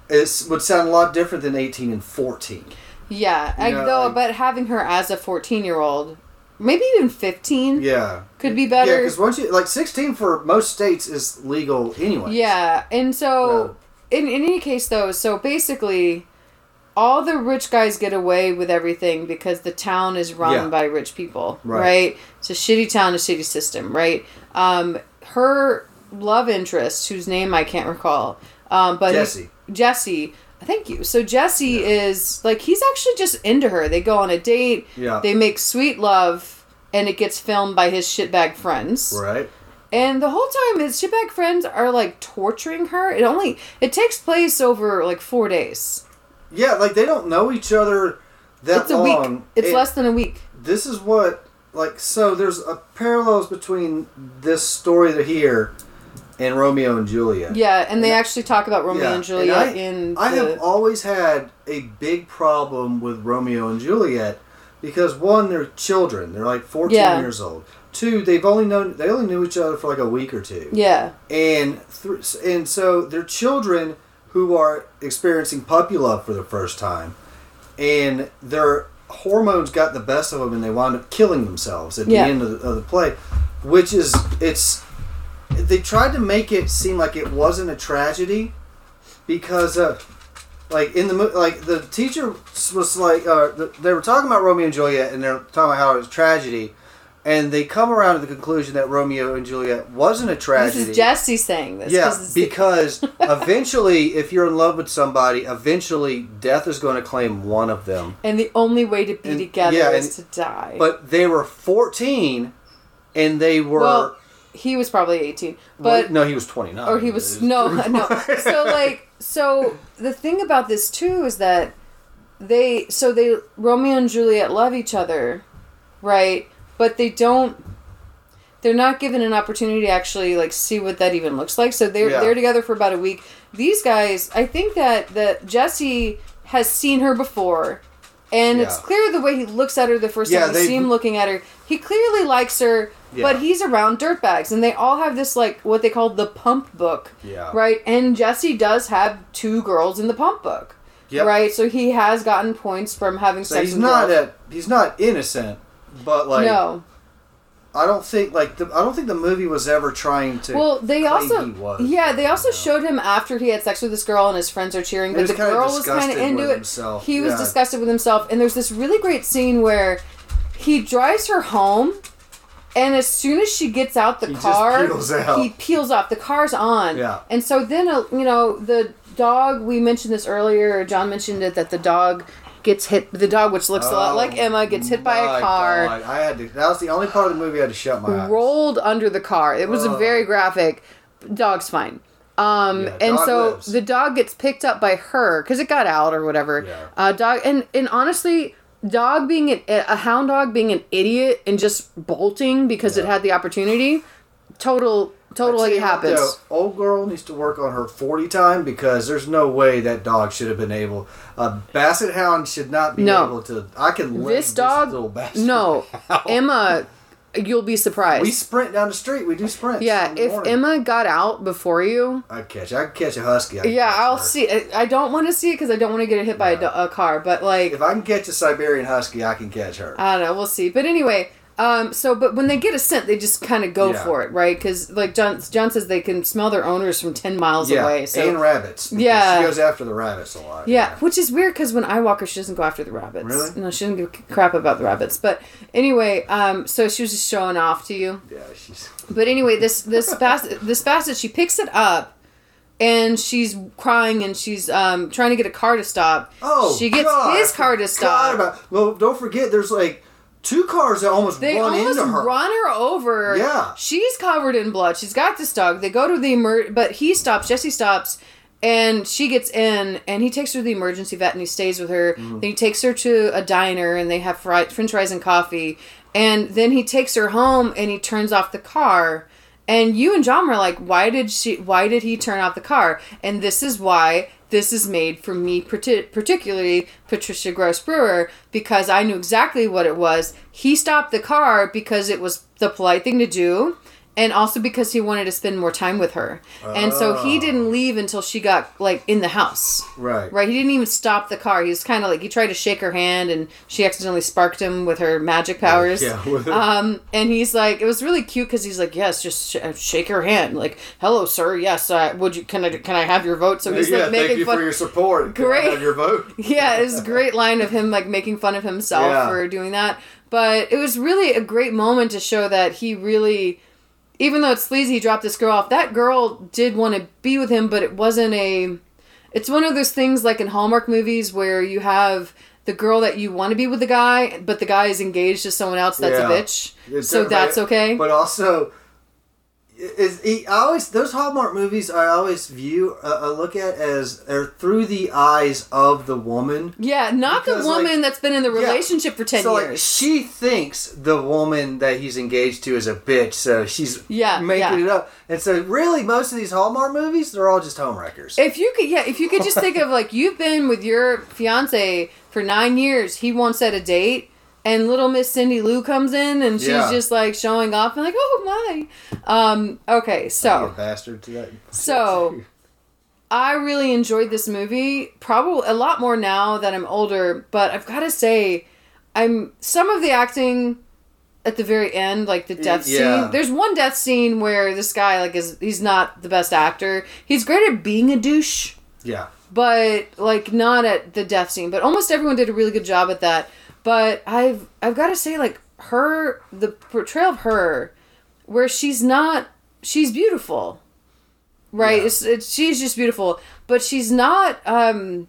S3: is would sound a lot different than eighteen and fourteen.
S1: yeah.
S3: you
S1: I,
S3: know,
S1: though,
S3: like-
S1: but having her as a fourteen year old maybe even 15
S3: Yeah.
S1: could be
S3: Yeah,
S1: better.
S3: because once you like sixteen for most states is legal anyway.
S1: Yeah, and so in, in any case, though, so basically, all the rich guys get away with everything because the town is run
S3: Yeah.
S1: by rich people,
S3: Right.
S1: right. It's a shitty town, a shitty system, right? Um, her love interest, whose name I can't recall, um, but
S3: Jesse.
S1: Jesse. Thank you. So Jesse is like he's actually just into her. They go on a date.
S3: Yeah.
S1: They make sweet love, and it gets filmed by his shitbag friends.
S3: Right.
S1: And the whole time his shitbag friends are like torturing her. It only it takes place over like four days.
S3: Yeah, like they don't know each other that
S1: It's a
S3: long.
S1: week. It's
S3: And
S1: less than a week.
S3: This is what like so. There's a parallels between this story that here and Romeo and Juliet.
S1: Yeah, and they actually talk about Romeo
S3: Yeah,
S1: and Juliet
S3: I,
S1: in
S3: I
S1: the
S3: have always had a big problem with Romeo and Juliet because one, they're children; they're like fourteen
S1: Yeah.
S3: years old. Two, they've only known they only knew each other for like a week or two.
S1: Yeah.
S3: and th- and so they're children who are experiencing puppy love for the first time, and their hormones got the best of them, and they wind up killing themselves at
S1: Yeah.
S3: the end of the, of the play, which is it's they tried to make it seem like it wasn't a tragedy because uh, like in the mo- like the teacher was like uh, th- they were talking about Romeo and Juliet and they're talking about how it was tragedy. And they come around to the conclusion that Romeo and Juliet wasn't a tragedy.
S1: This is Jesse saying this.
S3: Yeah,
S1: 'cause it's-
S3: because eventually, if you're in love with somebody, eventually death is going to claim one of them.
S1: and the only way to be
S3: And-
S1: together
S3: yeah,
S1: is
S3: and-
S1: to die.
S3: But they were 14, and they were.
S1: well, he was probably eighteen. But
S3: no, he was 29.
S1: or he was no no so like so the thing about this too is that they so they romeo and juliet love each other right but they don't they're not given an opportunity to actually like see what that even looks like so they're
S3: Yeah.
S1: they're together for about a week these guys i think that that jesse has seen her before and it's
S3: Yeah.
S1: clear the way he looks at her the first
S3: Yeah,
S1: time you
S3: they-
S1: see him looking at her he clearly likes her
S3: Yeah.
S1: but he's around dirtbags and they all have this like what they call the pump book
S3: Yeah.
S1: right and jesse does have two girls in the pump book
S3: Yep.
S1: right so he has gotten points from having
S3: So
S1: sex
S3: he's
S1: with
S3: not
S1: girls.
S3: a, he's not innocent, but like
S1: no
S3: I don't think like the, I don't think the movie was ever trying to.
S1: well they
S3: claim
S1: also
S3: he was,
S1: yeah they also
S3: you know.
S1: showed him after he had sex with this girl and his friends are cheering
S3: He
S1: but
S3: was
S1: the
S3: kinda
S1: girl was kind of
S3: disgusted
S1: into
S3: with
S1: it
S3: himself,
S1: he was
S3: yeah.
S1: disgusted with himself and there's this really great scene where he drives her home and as soon as she gets out the
S3: He just
S1: car
S3: peels out.
S1: he peels off the car's on
S3: Yeah.
S1: and so then uh, you know the dog we mentioned this earlier john mentioned it that the dog gets hit the dog which looks a lot
S3: Oh,
S1: like emma gets hit by
S3: my
S1: a car
S3: God, I had to. That was the only part of the movie I had to shut my eyes.
S1: rolled under the car. It was
S3: Ugh.
S1: a very graphic. Dog's fine. Um,
S3: Yeah,
S1: and
S3: dog
S1: so
S3: lives.
S1: the dog gets picked up by her because it got out or whatever.
S3: Yeah.
S1: Uh, dog and and honestly, dog being an, a hound dog being an idiot and just bolting because it
S3: Yeah.
S1: had the opportunity. Total,
S3: I'll tell
S1: totally
S3: you what,
S1: happens.
S3: though, old girl needs to work on her 40 time because there's no way that dog should have been able. A basset hound should not be
S1: No.
S3: able to. I can lift
S1: This dog,
S3: little basset.
S1: no, Emma, you'll be surprised.
S3: We sprint down the street. We do sprints.
S1: yeah,
S3: in the
S1: if
S3: morning.
S1: Emma got out before you,
S3: I catch. I can catch a husky. I can
S1: yeah,
S3: catch
S1: I'll
S3: her.
S1: see. I- I don't want to see it because I don't want to get hit by a, do- a car. But like,
S3: If I can catch a Siberian husky, I can catch her.
S1: I don't know. We'll see. But anyway, um, so but when they get a scent, they just kind of go
S3: Yeah.
S1: for it, right? Because like John John says, they can smell their owners from ten miles
S3: yeah,
S1: away. So
S3: and rabbits. because
S1: Yeah.
S3: she goes after the rabbits a lot.
S1: yeah, which is weird because when I walk her, she doesn't go after the rabbits.
S3: Really?
S1: No, she doesn't give a crap about the rabbits. But anyway, um, so she was just showing off to you.
S3: yeah, she's
S1: But anyway, this this basket this basket she picks it up, and she's crying and she's um, trying to get a car to stop.
S3: oh,
S1: she gets
S3: God,
S1: his
S3: I
S1: car to
S3: forgot
S1: stop.
S3: about- well, don't forget, there's like two cars that almost
S1: They
S3: run
S1: almost
S3: into her.
S1: run her over.
S3: Yeah.
S1: She's covered in blood. She's got this dog. They go to the emer but he stops, Jesse stops, and she gets in and he takes her to the emergency vet and he stays with her.
S3: Mm.
S1: Then he takes her to a diner and they have fri- french fries and coffee. And then he takes her home and he turns off the car. And you and John were like, why did she why did he turn off the car? And this is why this is made for me parti- particularly Patricia Gross Brewer because I knew exactly what it was. He stopped the car because it was the polite thing to do and also because he wanted to spend more time with her. And so he didn't leave until she got like in the house.
S3: Right.
S1: Right, he didn't even stop the car. He was kind of like he tried to shake her hand, and she accidentally sparked him with her magic powers.
S3: Yeah.
S1: Um, and he's like, it was really cute because he's like, yes, just sh- uh, shake her hand, like, hello, sir, yes, uh, would you? Can I? Can I have your vote? So he's
S3: yeah,
S1: like
S3: thank
S1: making
S3: you
S1: fun.
S3: for your support. Can I
S1: Great.
S3: have your vote.
S1: yeah, it was a great line of him like making fun of himself
S3: Yeah.
S1: for doing that. But it was really a great moment to show that he really, even though it's sleazy, he dropped this girl off. That girl did want to be with him, but it wasn't a. It's one of those things like in Hallmark movies where you have the girl that you want to be with the guy, but the guy is engaged to someone else that's
S3: Yeah.
S1: a bitch.
S3: It's
S1: so
S3: everybody-
S1: that's okay.
S3: But also, is he, I always those Hallmark movies I always view uh, I look at as they're through the eyes of the woman.
S1: yeah, not
S3: Because,
S1: the
S3: like-
S1: woman that's been in the relationship for 10
S3: so
S1: years.
S3: like she thinks the woman that he's engaged to is a bitch, so she's
S1: Yeah,
S3: making
S1: yeah.
S3: it up. And so really, most of these Hallmark movies they're all just homewreckers.
S1: If you could, yeah, if you could just think of like you've been with your fiance for nine years, he won't set a date, and little Miss Cindy Lou comes in and she's
S3: Yeah.
S1: just like showing off and like, oh my. Um. Okay.
S3: You a
S1: So
S3: bastard to that.
S1: So- I really enjoyed this movie. Probably a lot more now that I'm older, but I've got to say, I'm some of the acting at the very end, like the death
S3: yeah.
S1: scene. There's one death scene where this guy like is he's not the best actor. He's great at being a douche
S3: yeah,
S1: but like not at the death scene but almost everyone did a really good job at that but i've i've got to say like her the portrayal of her where she's not she's beautiful right it's, it's, she's just beautiful but she's not um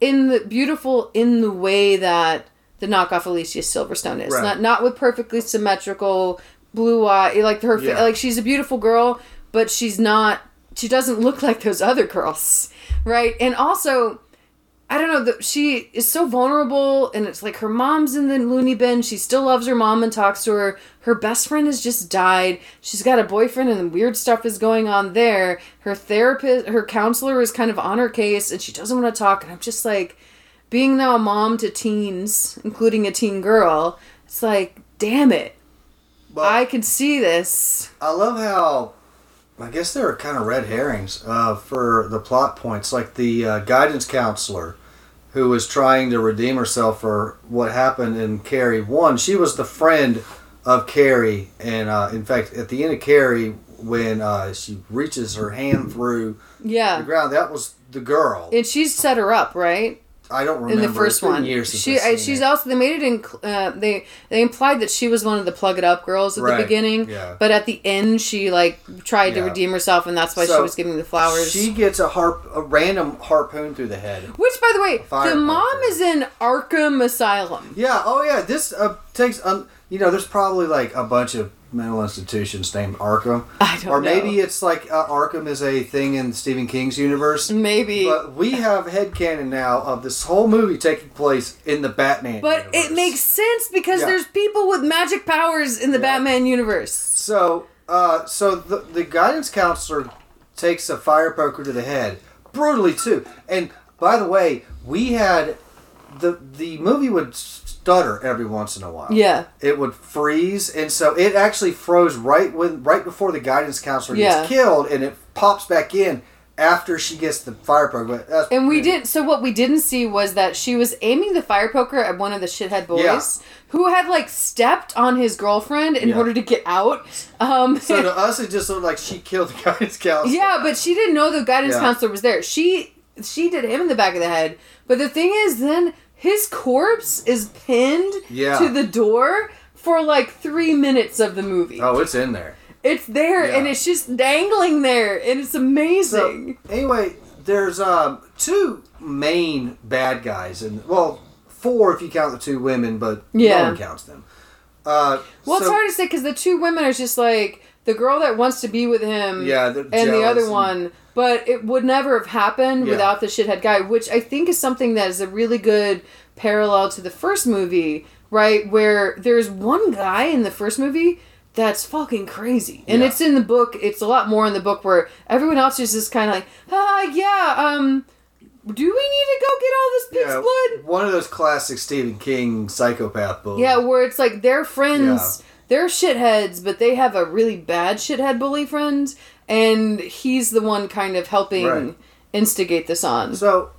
S1: in the beautiful in the way that the knockoff alicia silverstone is
S3: Right.
S1: not not with perfectly symmetrical blue eye like her fa-
S3: Yeah.
S1: like she's a beautiful girl but she's not she doesn't look like those other girls right and also i don't know the, she is so vulnerable and it's like her mom's in the loony bin she still loves her mom and talks to her her best friend has just died she's got a boyfriend and weird stuff is going on there her therapist her counselor is kind of on her case and she doesn't want to talk and i'm just like being now a mom to teens including a teen girl it's like damn it
S3: Well-
S1: i can see this
S3: I love how I guess there were kind of red herrings uh, for the plot points, like the uh, guidance counselor who was trying to redeem herself for what happened in Carrie one. She was the friend of Carrie, and uh, in fact, at the end of Carrie, when uh, she reaches her hand through
S1: yeah
S3: the ground, that was the girl.
S1: and she's set her up right
S3: I don't
S1: in
S3: remember
S1: the first
S3: It's been
S1: one.
S3: Years since
S1: she
S3: I've
S1: I,
S3: seen
S1: she's
S3: it.
S1: also they made it in uh, they they implied that she was one of the plug it up girls at
S3: Right,
S1: the beginning,
S3: yeah.
S1: but at the end she like tried to
S3: Yeah.
S1: redeem herself and that's why
S3: So,
S1: she was giving the flowers.
S3: She gets a harp, a random harpoon through the head.
S1: Which by the way,
S3: fire
S1: the mom
S3: puncher.
S1: is in Arkham Asylum.
S3: Yeah. Oh, yeah. This uh, takes. Um, you know, there's probably like a bunch of mental institutions named Arkham,
S1: I don't
S3: or
S1: know.
S3: maybe it's like uh, Arkham is a thing in Stephen King's universe.
S1: Mm. Maybe. But,
S3: But we have headcanon now of this whole movie taking place in the Batman.
S1: it
S3: universe.
S1: makes sense because
S3: Yeah.
S1: there's people with magic powers in the
S3: Yeah.
S1: Batman universe.
S3: so. Uh, so the the guidance counselor takes a fire poker to the head brutally too. And by the way, we had the the movie would stutter every once in a while.
S1: Yeah.
S3: it would freeze and so it actually froze right when right before the guidance counselor
S1: Yeah.
S3: gets killed and it pops back in after she gets the fire program But that's-
S1: And we didn't. So what we didn't see was that she was aiming the fire poker at one of the shithead boys
S3: Yeah.
S1: who had like stepped on his girlfriend in
S3: Yeah.
S1: order to get out. Um,
S3: so to us it just looked like she killed the guidance counselor
S1: Yeah, but she didn't know the guidance
S3: Yeah.
S1: counselor was there. She she did him in the back of the head. But the thing is, then his corpse is pinned
S3: Yeah.
S1: to the door for like three minutes of the movie.
S3: oh it's in there
S1: It's there
S3: Yeah.
S1: and it's just dangling there, and it's amazing.
S3: so anyway there's um two main bad guys and well four if you count the two women but no
S1: Yeah.
S3: one counts them uh
S1: well,
S3: so-
S1: it's hard to say because the two women are just like the girl that wants to be with him,
S3: Yeah, they're
S1: and the
S3: jealous
S1: other
S3: and-
S1: one. But it would never have happened
S3: Yeah.
S1: without the shithead guy, which I think is something that is a really good parallel to the first movie, right? Where there's one guy in the first movie that's fucking crazy, and
S3: Yeah.
S1: it's in the book. It's a lot more in the book where everyone else is just kind of like, ah, yeah, um, do we need to go get all this pig's
S3: yeah,
S1: blood?
S3: one of those classic Stephen King psychopath books.
S1: Yeah, where it's like they're friends they're shitheads, but they have a really bad shithead bully friend, and he's the one kind of helping
S3: Right.
S1: instigate this on.
S3: So,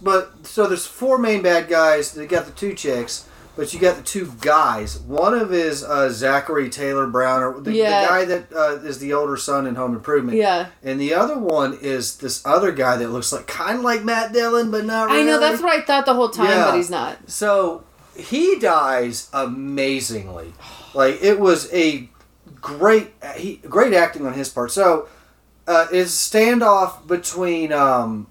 S3: but so there's four main bad guys. They got the two chicks, but you got the two guys. One of is uh, Zachary Taylor Brown, or the,
S1: Yeah.
S3: the guy that uh, is the older son in Home Improvement.
S1: Yeah.
S3: And the other one is this other guy that looks like kind of like Matt Dillon, but not really.
S1: I know that's what I thought the whole time,
S3: Yeah.
S1: but he's not.
S3: So he dies amazingly. Like it was a great he, great acting on his part. So uh, it's a standoff between um,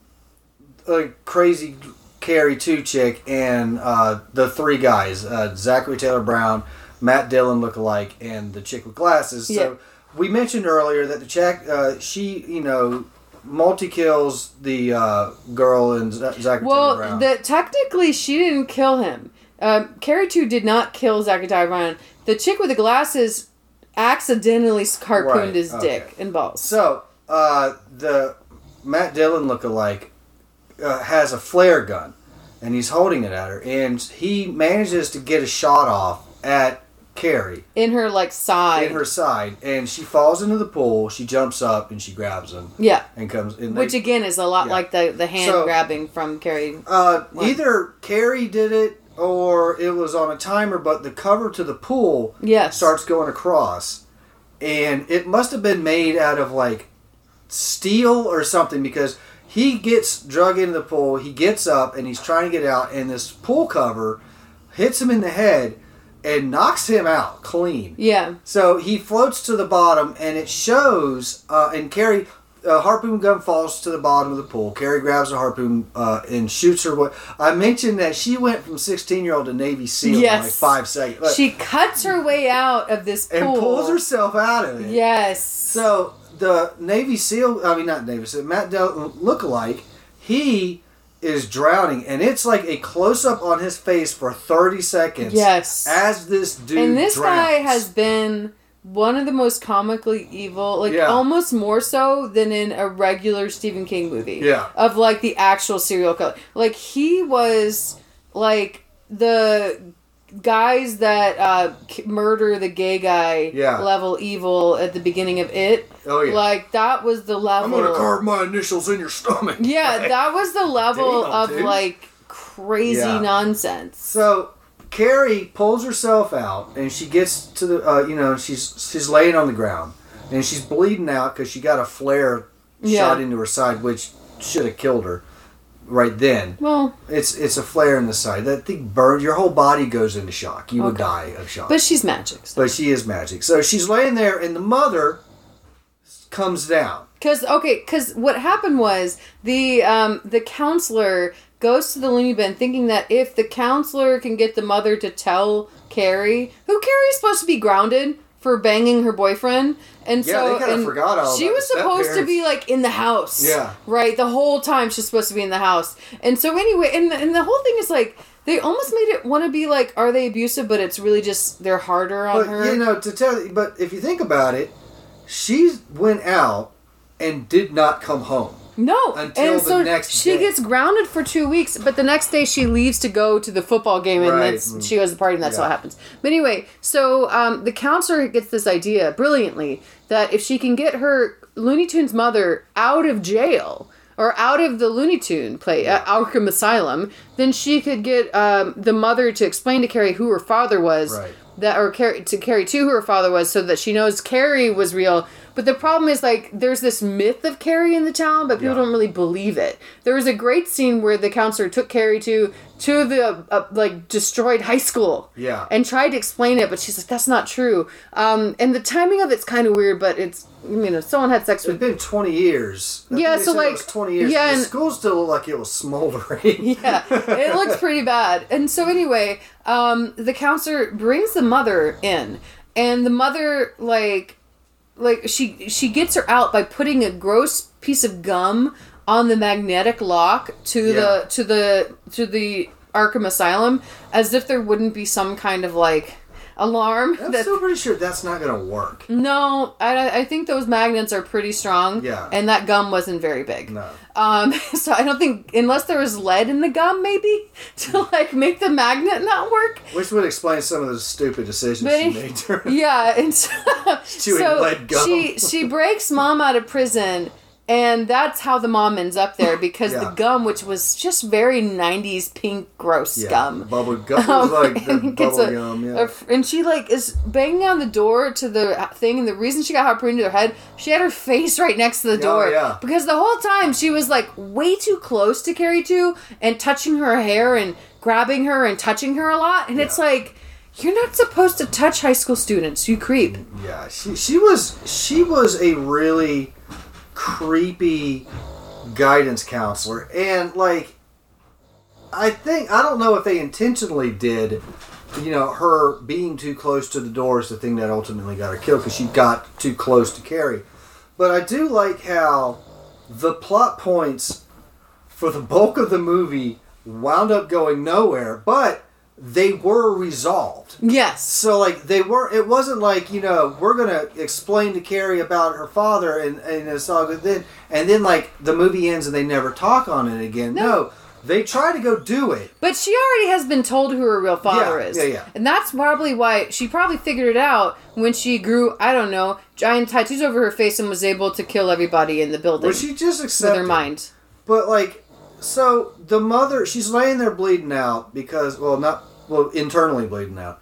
S3: a crazy Carrie two chick and uh, the three guys uh, Zachary Taylor Brown, Matt Dillon lookalike, and the chick with glasses.
S1: Yeah.
S3: So we mentioned earlier that the chick uh, she you know. Multi kills the uh, girl and Zachary Taylor
S1: Well,
S3: Brown.
S1: the, technically, she didn't kill him. Um, Carrie 2 did not kill Zachary Brown. The chick with the glasses accidentally harpooned
S3: Right,
S1: his
S3: okay.
S1: dick and balls.
S3: So uh, the Matt Dillon lookalike uh, has a flare gun, and he's holding it at her, and he manages to get a shot off at Carrie
S1: in her, like, side.
S3: in her side, and she falls into the pool. She jumps up and she grabs him
S1: yeah.
S3: and comes. And they-
S1: Which, again, is a lot
S3: Yeah.
S1: like the, the hand
S3: So-
S1: grabbing from Carrie.
S3: Uh, either Carrie did it or it was on a timer, but the cover to the pool
S1: Yes.
S3: starts going across, and it must have been made out of like steel or something because he gets drug into the pool. He gets up and he's trying to get out, and this pool cover hits him in the head and knocks him out clean.
S1: Yeah.
S3: So he floats to the bottom, and it shows. Uh, and Carrie, uh, harpoon gun falls to the bottom of the pool. Carrie grabs a harpoon uh, and shoots her. What I mentioned that she went from sixteen year old to Navy SEAL in like
S1: Yes.
S3: five seconds. Like,
S1: She cuts her way out of this pool.
S3: and pulls herself out of it.
S1: Yes.
S3: So the Navy SEAL, I mean not Navy SEAL, Matt Dillon lookalike, he is drowning, and it's like a close up on his face for thirty seconds.
S1: Yes.
S3: as this dude
S1: and this guy
S3: drowns.
S1: has been one of the most comically evil like
S3: Yeah.
S1: almost more so than in a regular stephen king movie
S3: Yeah.
S1: of like the actual serial killer like he was like the guys that uh, k- murder the gay guy
S3: Yeah.
S1: level evil at the beginning of it
S3: Oh, yeah.
S1: like that was the level
S3: I'm gonna carve my initials in your stomach.
S1: yeah that was the level
S3: Damn,
S1: of
S3: dude.
S1: like crazy
S3: Yeah.
S1: nonsense
S3: So Carrie pulls herself out, and she gets to the uh, you know she's she's laying on the ground, and she's bleeding out because she got a flare
S1: Yeah.
S3: shot into her side, which should have killed her right then.
S1: well
S3: It's it's a flare in the side. That thing burns. Your whole body goes into shock. You would
S1: Okay.
S3: die of shock.
S1: but she's magic so
S3: but she is magic. So she's laying there, and the mother comes down.
S1: Cause okay, cause what happened was the um the counselor goes to the loony bin thinking that if the counselor can get the mother to tell Carrie, who Carrie's supposed to be grounded for banging her boyfriend, and
S3: Yeah,
S1: so
S3: they kinda
S1: and
S3: forgot all
S1: she
S3: about
S1: was
S3: the
S1: supposed to be like in the house,
S3: Yeah.
S1: right, the whole time she's supposed to be in the house, and so anyway, and the, and the whole thing is like they almost made it want to be like, are they abusive? But it's really just they're harder on
S3: But
S1: her.
S3: you know, to tell you, but if you think about it, she went out and did not come home.
S1: No,
S3: until
S1: and
S3: the
S1: so
S3: next
S1: she
S3: day.
S1: gets grounded for two weeks, but the next day she leaves to go to the football game, and
S3: Right.
S1: that's she goes to the party, and that's
S3: Yeah.
S1: what happens. But anyway, so um, the counselor gets this idea brilliantly that if she can get her Looney Tunes mother out of jail or out of the Looney Tune play uh, Arkham Asylum, then she could get um, the mother to explain to Carrie who her father was.
S3: Right.
S1: That or Carrie, to Carrie to who her father was, so that she knows Carrie was real. But the problem is like there's this myth of Carrie in the town, but people
S3: Yeah.
S1: don't really believe it. There was a great scene where the counselor took Carrie to to the uh, uh, like destroyed high school,
S3: Yeah.
S1: and tried to explain it, but she's like, "That's not true." Um, and the timing of it's kind of weird, but it's you know someone had sex
S3: It's
S1: with
S3: been 20 years. I
S1: Yeah,
S3: think they
S1: so,
S3: said it
S1: like,
S3: was 20 years.
S1: yeah,
S3: the
S1: and-
S3: school still looked like it was smoldering.
S1: yeah, it looks pretty bad. And so anyway, um, the counselor brings the mother in, and the mother like, like she she gets her out by putting a gross piece of gum on the magnetic lock to
S3: Yeah.
S1: the to the to the Arkham Asylum, as if there wouldn't be some kind of like. alarm.
S3: I'm
S1: that- Mm.
S3: still pretty sure that's not gonna work.
S1: no, I, I think those magnets are pretty strong.
S3: Yeah.
S1: And that gum wasn't very big.
S3: No.
S1: Um, so I don't think unless there was lead in the gum, maybe to like make the magnet not work.
S3: Which would explain some of those stupid decisions
S1: But-
S3: she made during
S1: Yeah, and so,
S3: Chewing
S1: so
S3: lead gum.
S1: she she breaks mom out of prison, and that's how the mom ends up there because
S3: Yeah.
S1: the gum, which was just very '90s pink gross
S3: yeah,
S1: gum,
S3: Bubble gum
S1: Um,
S3: was like the
S1: and it gets
S3: bubble
S1: a-
S3: gum, yeah.
S1: a f- and she like is banging on the door to the thing, and the reason she got hot pruned to her head, she had her face right next to the door
S3: Oh, yeah.
S1: because the whole time she was like way too close to Carrie Two and touching her hair and grabbing her and touching her a lot, and it's like you're not supposed to touch high school students, you creep.
S3: Yeah, she she was she was a really creepy guidance counselor, and like I think I don't know if they intentionally did. You know, her being too close to the door is the thing that ultimately got her killed because she got too close to Carrie. But I do like how the plot points for the bulk of the movie wound up going nowhere, but they were resolved.
S1: Yes.
S3: So like they were, it wasn't like you know we're gonna explain to Carrie about her father and and it's all good then and then like the movie ends and they never talk on it again. No, they try to go do it.
S1: But she already has been told who her real father
S3: Yeah,
S1: is.
S3: yeah, yeah.
S1: And that's probably why she probably figured it out when she grew, I don't know, giant tattoos over her face and was able to kill everybody in the building
S3: Well, she just
S1: with
S3: accepted.
S1: her mind.
S3: But like, so the mother, she's laying there bleeding out because well, not well, internally bleeding out.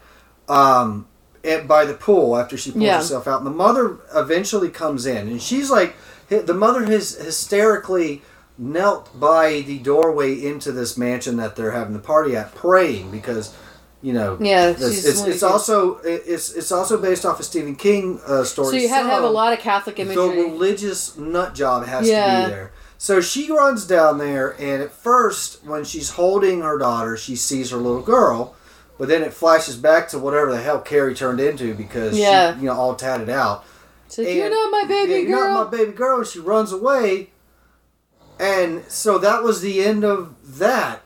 S3: Um, and by the pool after she pulls
S1: Yeah.
S3: herself out, and the mother eventually comes in, and she's like, hy- the mother has hysterically knelt by the doorway into this mansion that they're having the party at, praying because. You know,
S1: Yeah,
S3: it's,
S1: she's
S3: it's,
S1: one of
S3: it's
S1: the-
S3: also it- it's it's also based off a Stephen King uh, story.
S1: So you had to have a
S3: So-
S1: lot of Catholic
S3: the
S1: imagery.
S3: religious nut job has to
S1: Yeah.
S3: be there. So she runs down there, and at first, when she's holding her daughter, she sees her little girl, but then it flashes back to whatever the hell Carrie turned into because
S1: Yeah.
S3: she, you know, all tatted out.
S1: It's like,
S3: and-
S1: you're not my baby
S3: Yeah, "You're
S1: girl.
S3: not my baby girl. and She runs away, and so that was the end of that.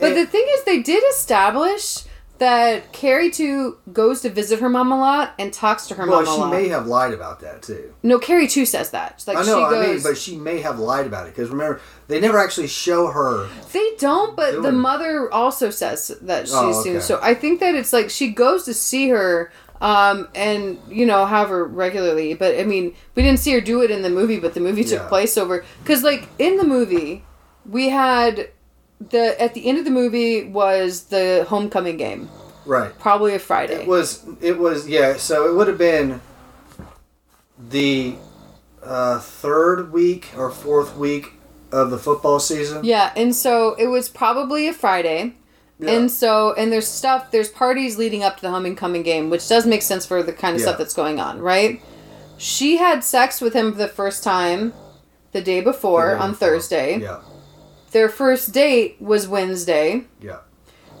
S1: But
S3: And-
S1: the thing is, they did establish that Carrie too goes to visit her mom a lot and talks to her mom
S3: well,
S1: a
S3: she
S1: lot.
S3: may have lied about that too.
S1: no, Carrie too says that. It's like
S3: I know,
S1: she goes.
S3: I mean, but she may have lied about it because remember, they never actually show her.
S1: They don't, but the
S3: Doing-
S1: mother also says that she
S3: Oh,
S1: assumes.
S3: okay.
S1: So I think that it's like she goes to see her um, and, you know, have her regularly. But I mean, we didn't see her do it in the movie, but the movie took
S3: Yeah.
S1: place over. Because, like, in the movie, we had the, at the end of the movie was the homecoming game,
S3: Right.
S1: probably a Friday.
S3: It was it was yeah. So it would have been the uh, third week or fourth week of the football season.
S1: yeah. And so it was probably a Friday.
S3: Yeah.
S1: And so, and there's stuff, there's parties leading up to the homecoming game, which does make sense for the kind of
S3: Yeah.
S1: stuff that's going on, right? She had sex with him for the first time the day before
S3: The day
S1: on
S3: before.
S1: Thursday.
S3: yeah,
S1: Their first date was Wednesday.
S3: yeah,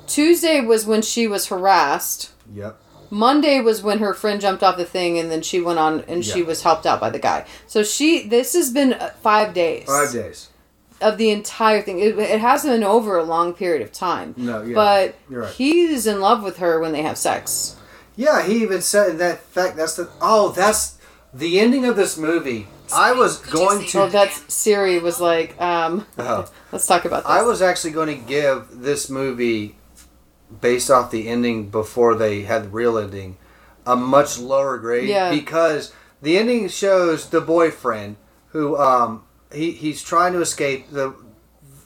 S1: Tuesday was when she was harassed.
S3: yep.
S1: Monday was when her friend jumped off the thing and then she went on and she
S3: Yeah.
S1: was helped out by the guy. So she, this has been uh, five days
S3: Five days.
S1: of the entire thing. It, it hasn't been over a long period of time.
S3: No, yeah,
S1: But
S3: you're right.
S1: he's in love with her when they have sex.
S3: Yeah, he even said in that fact that's the oh that's the ending of this movie. I was going
S1: Well,
S3: to
S1: that's Siri was like, um,
S3: Oh.
S1: let's talk about this.
S3: I was actually going to give this movie based off the ending before they had the real ending a much lower grade
S1: Yeah.
S3: because the ending shows the boyfriend who um he, he's trying to escape the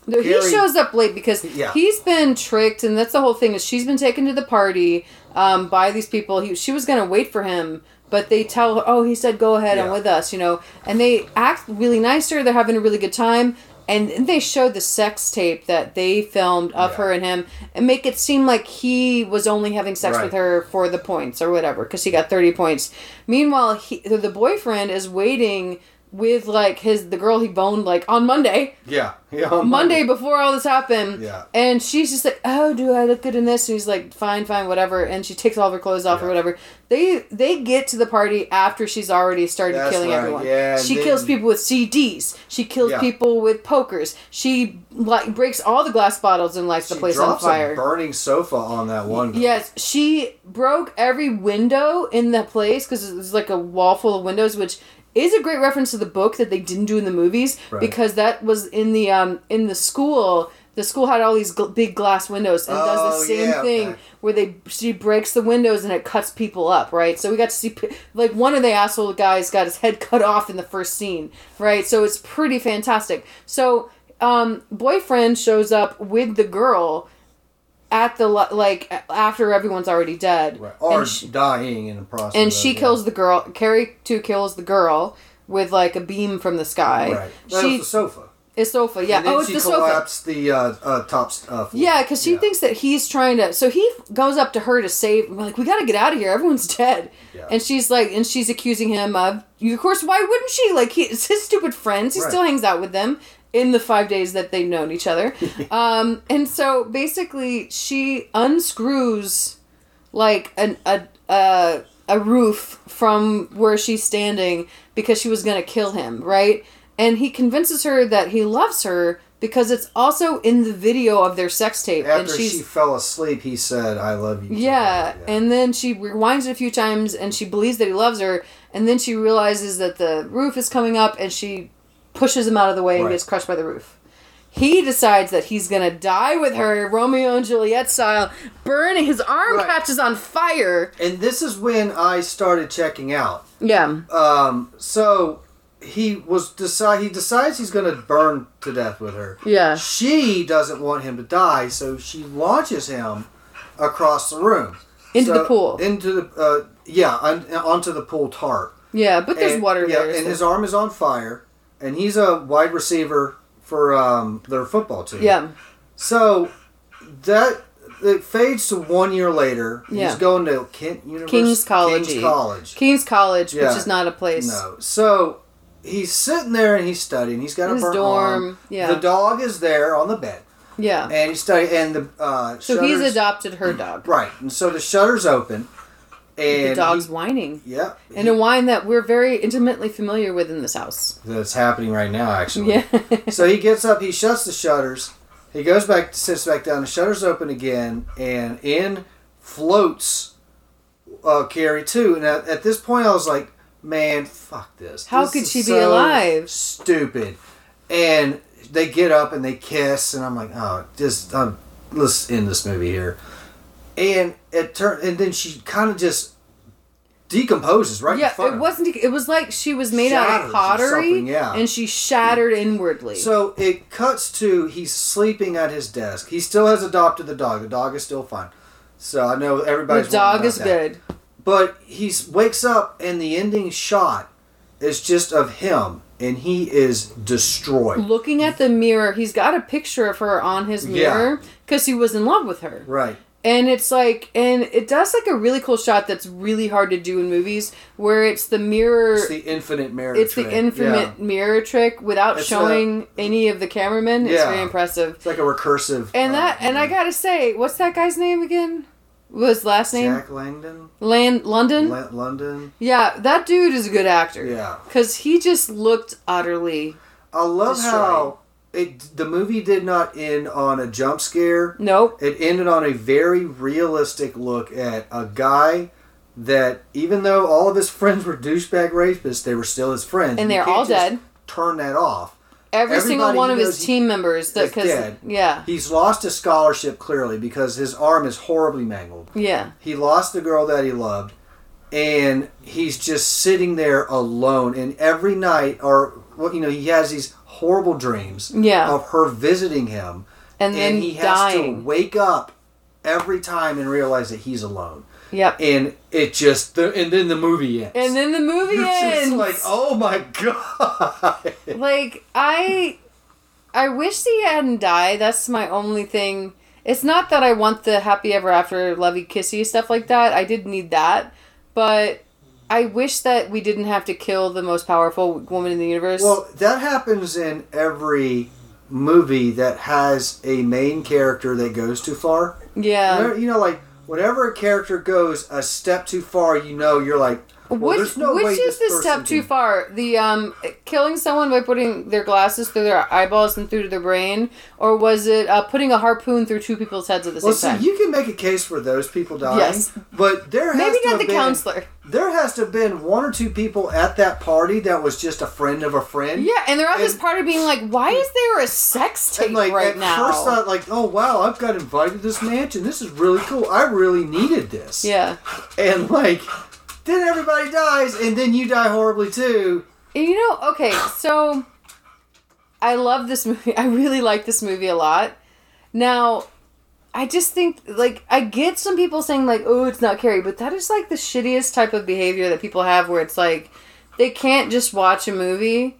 S1: No,
S3: Gary-
S1: he shows up late because
S3: Yeah.
S1: he's been tricked, and that's the whole thing. Is she's been taken to the party um, by these people. He, she was going to wait for him, but they tell her, "Oh, he said go ahead and
S3: Yeah.
S1: with us," you know. And they act really nice to her. They're having a really good time, and, and they show the sex tape that they filmed of
S3: Yeah.
S1: her and him, and make it seem like he was only having sex
S3: Right.
S1: with her for the points or whatever, because he got thirty points. Meanwhile, he, the boyfriend is waiting with like his the girl he boned like on Monday.
S3: Yeah. Yeah. on
S1: Monday before all this happened.
S3: Yeah.
S1: And she's just like, "Oh, do I look good in this?" And he's like, "Fine, fine, whatever." And she takes all of her clothes off or
S3: Yeah.
S1: whatever. They they get to the party after she's already started
S3: That's
S1: killing
S3: right,
S1: everyone.
S3: yeah, and
S1: she
S3: then-
S1: kills people with CDs. She kills
S3: Yeah.
S1: people with pokers. She like breaks all the glass bottles and lights the
S3: She
S1: place on
S3: drops
S1: fire.
S3: a burning sofa on that one. girl.
S1: Yes, she broke every window in the place because was like a wall full of windows, which is a great reference to the book that they didn't do in the movies
S3: Right.
S1: because that was in the um in the school. The school had all these gl- big glass windows and does
S3: Oh,
S1: the same
S3: yeah,
S1: thing
S3: okay.
S1: where they she breaks the windows and it cuts people up, right? So we got to see p- like one of the asshole guys got his head cut off in the first scene, right? So it's pretty fantastic. So um boyfriend shows up with the girl at the lo- like a- after everyone's already dead
S3: Right. Or
S1: and she,
S3: dying in the process.
S1: and
S3: of
S1: she
S3: it, yeah.
S1: kills the girl carrie too kills the girl with like a beam from the sky
S3: Right. That
S1: she
S3: was the sofa.
S1: it's sofa yeah
S3: And then
S1: oh it's
S3: she
S1: the sofa
S3: collapsed the uh, uh, top s- uh, floor.
S1: yeah because she thinks that he's trying to so he goes up to her to save we're like we gotta get out of here everyone's dead
S3: Yeah.
S1: and she's like and she's accusing him of you of course why wouldn't she like he, it's his stupid friends he
S3: Right.
S1: still hangs out with them in the five days that they've known each other um and so basically she unscrews like an a a, a roof from where she's standing because she was going to kill him, right? And he convinces her that he loves her because it's also in the video of their sex tape and
S3: After
S1: she's
S3: she fell asleep, he said, "I love you." too."
S1: yeah, and then she rewinds it a few times and she believes that he loves her and then she realizes that the roof is coming up and she pushes him out of the way and
S3: Right.
S1: gets crushed by the roof. He decides that he's gonna die with her, Romeo and Juliet style, burning his arm
S3: Right.
S1: catches on fire.
S3: and this is when I started checking out.
S1: Yeah.
S3: Um, so he was decide he decides he's going to burn to death with her.
S1: Yeah.
S3: She doesn't want him to die, so she launches him across the room
S1: Into the
S3: So-
S1: pool.
S3: Into the uh, yeah, on, onto the pool tarp.
S1: yeah, but there's
S3: And-
S1: water
S3: Yeah,
S1: there.
S3: and
S1: so-
S3: his arm is on fire, and he's a wide receiver for um, their football team.
S1: yeah.
S3: So that it fades to one year later.
S1: Yeah.
S3: He's going to Kent University.
S1: King's College.
S3: King's College.
S1: King's College,
S3: Yeah.
S1: which is not a place.
S3: No. So he's sitting there and he's studying. He's got
S1: His
S3: a burnt
S1: dorm,
S3: arm.
S1: yeah.
S3: The dog is there on the bed,
S1: Yeah.
S3: and he's studying. And the uh,
S1: so he's
S3: shutters-
S1: adopted her dog.
S3: right. And so the shutters open, and
S1: the dog's
S3: he-
S1: whining.
S3: yeah,
S1: And a whine that we're very intimately familiar with in this house.
S3: that's happening right now actually.
S1: Yeah.
S3: so he gets up, he shuts the shutters, he goes back, sits back down, the shutters open again, and in floats uh, Carrie too. And at, at this point, I was like, man, fuck this.
S1: How
S3: This
S1: could
S3: is
S1: she be
S3: so
S1: alive?
S3: Stupid. And they get up and they kiss, and I'm like, oh, just um, let's end this movie here. And it turned, and then she kind of just decomposes right in
S1: yeah,
S3: front
S1: it
S3: of
S1: wasn't. It was like she was made out
S3: Shatters or
S1: of pottery,
S3: something, yeah.
S1: and she shattered inwardly.
S3: So it cuts to he's sleeping at his desk. He still has adopted the dog. The dog is still fine. So I know
S1: the
S3: everybody's wondering
S1: dog
S3: about
S1: is
S3: that.
S1: good.
S3: But he wakes up and the ending shot is just of him and he is destroyed.
S1: Looking at the mirror, he's got a picture of her on his
S3: Yeah.
S1: mirror because he was in love with her.
S3: Right.
S1: and it's like and it does like a really cool shot that's really hard to do in movies where it's the mirror
S3: It's the infinite marriage.
S1: it's the, infinite mirror trick without
S3: It's uh,
S1: showing any of the cameramen it's
S3: Yeah.
S1: very impressive
S3: It's like a recursive.
S1: and
S3: uh,
S1: that and i gotta say what's that guy's name again What was his last name
S3: Jack Langdon,
S1: Land London?
S3: La- London.
S1: yeah, that dude is a good actor.
S3: Yeah.
S1: Cause he just looked utterly
S3: I love
S1: Destroyed.
S3: how it the movie did not end on a jump scare.
S1: nope.
S3: it ended on a very realistic look at a guy that even though all of his friends were douchebag rapists, they were still his friends.
S1: And
S3: You
S1: they're
S3: can't
S1: all
S3: just
S1: dead.
S3: Turn that off.
S1: Every single
S3: Everybody
S1: one
S3: he
S1: of his
S3: knows he-
S1: team members that
S3: is
S1: cause
S3: dead.
S1: yeah.
S3: He's lost his scholarship clearly because his arm is horribly mangled.
S1: Yeah.
S3: He lost the girl that he loved, and he's just sitting there alone. And every night, or well, you know, he has these horrible dreams
S1: Yeah.
S3: of her visiting him,
S1: And then
S3: he has
S1: dying.
S3: to wake up every time and realize that he's alone.
S1: Yep.
S3: and it just the, and then the movie ends.
S1: And then the movie
S3: it's
S1: ends.
S3: just like, oh my god!
S1: like I I wish he hadn't died. That's my only thing. It's not that I want the happy ever after lovey kissy stuff like that. I did need that, but I wish that we didn't have to kill the most powerful woman in the universe.
S3: Well, that happens in every movie that has a main character that goes too far.
S1: yeah.
S3: Whenever- you know, like whenever a character goes a step too far, you know, you're like, well,
S1: which
S3: there's no way
S1: which is the
S3: person
S1: step too
S3: can-
S1: far? The um killing someone by putting their glasses through their eyeballs and through their brain, or was it uh, putting a harpoon through two people's heads at the
S3: Well, see,
S1: same time?
S3: you can make a case for those people dying,
S1: Yes.
S3: but there has
S1: Maybe
S3: to
S1: not
S3: have
S1: the
S3: been,
S1: counselor.
S3: There has to have been one or two people at that party that was just a friend of a friend.
S1: Yeah, and they're at this
S3: And-
S1: party being like, "Why is there a sex tape
S3: And like
S1: right
S3: at
S1: now?"
S3: first thought, like, oh wow, I've got invited to this mansion. This is really cool. I really needed this.
S1: yeah,
S3: And like, then everybody dies, and then you die horribly too.
S1: And you know. Okay, so I love this movie. I really like this movie a lot. Now, I just think like I get some people saying like, "Oh, it's not Carrie," but that is like the shittiest type of behavior that people have, where it's like they can't just watch a movie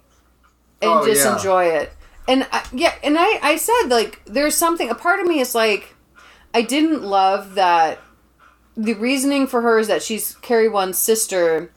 S1: and
S3: Oh,
S1: just
S3: yeah.
S1: enjoy it. And I, yeah, and I I said like there's something. A part of me is like I didn't love that. The reasoning for her is that she's Carrie One's sister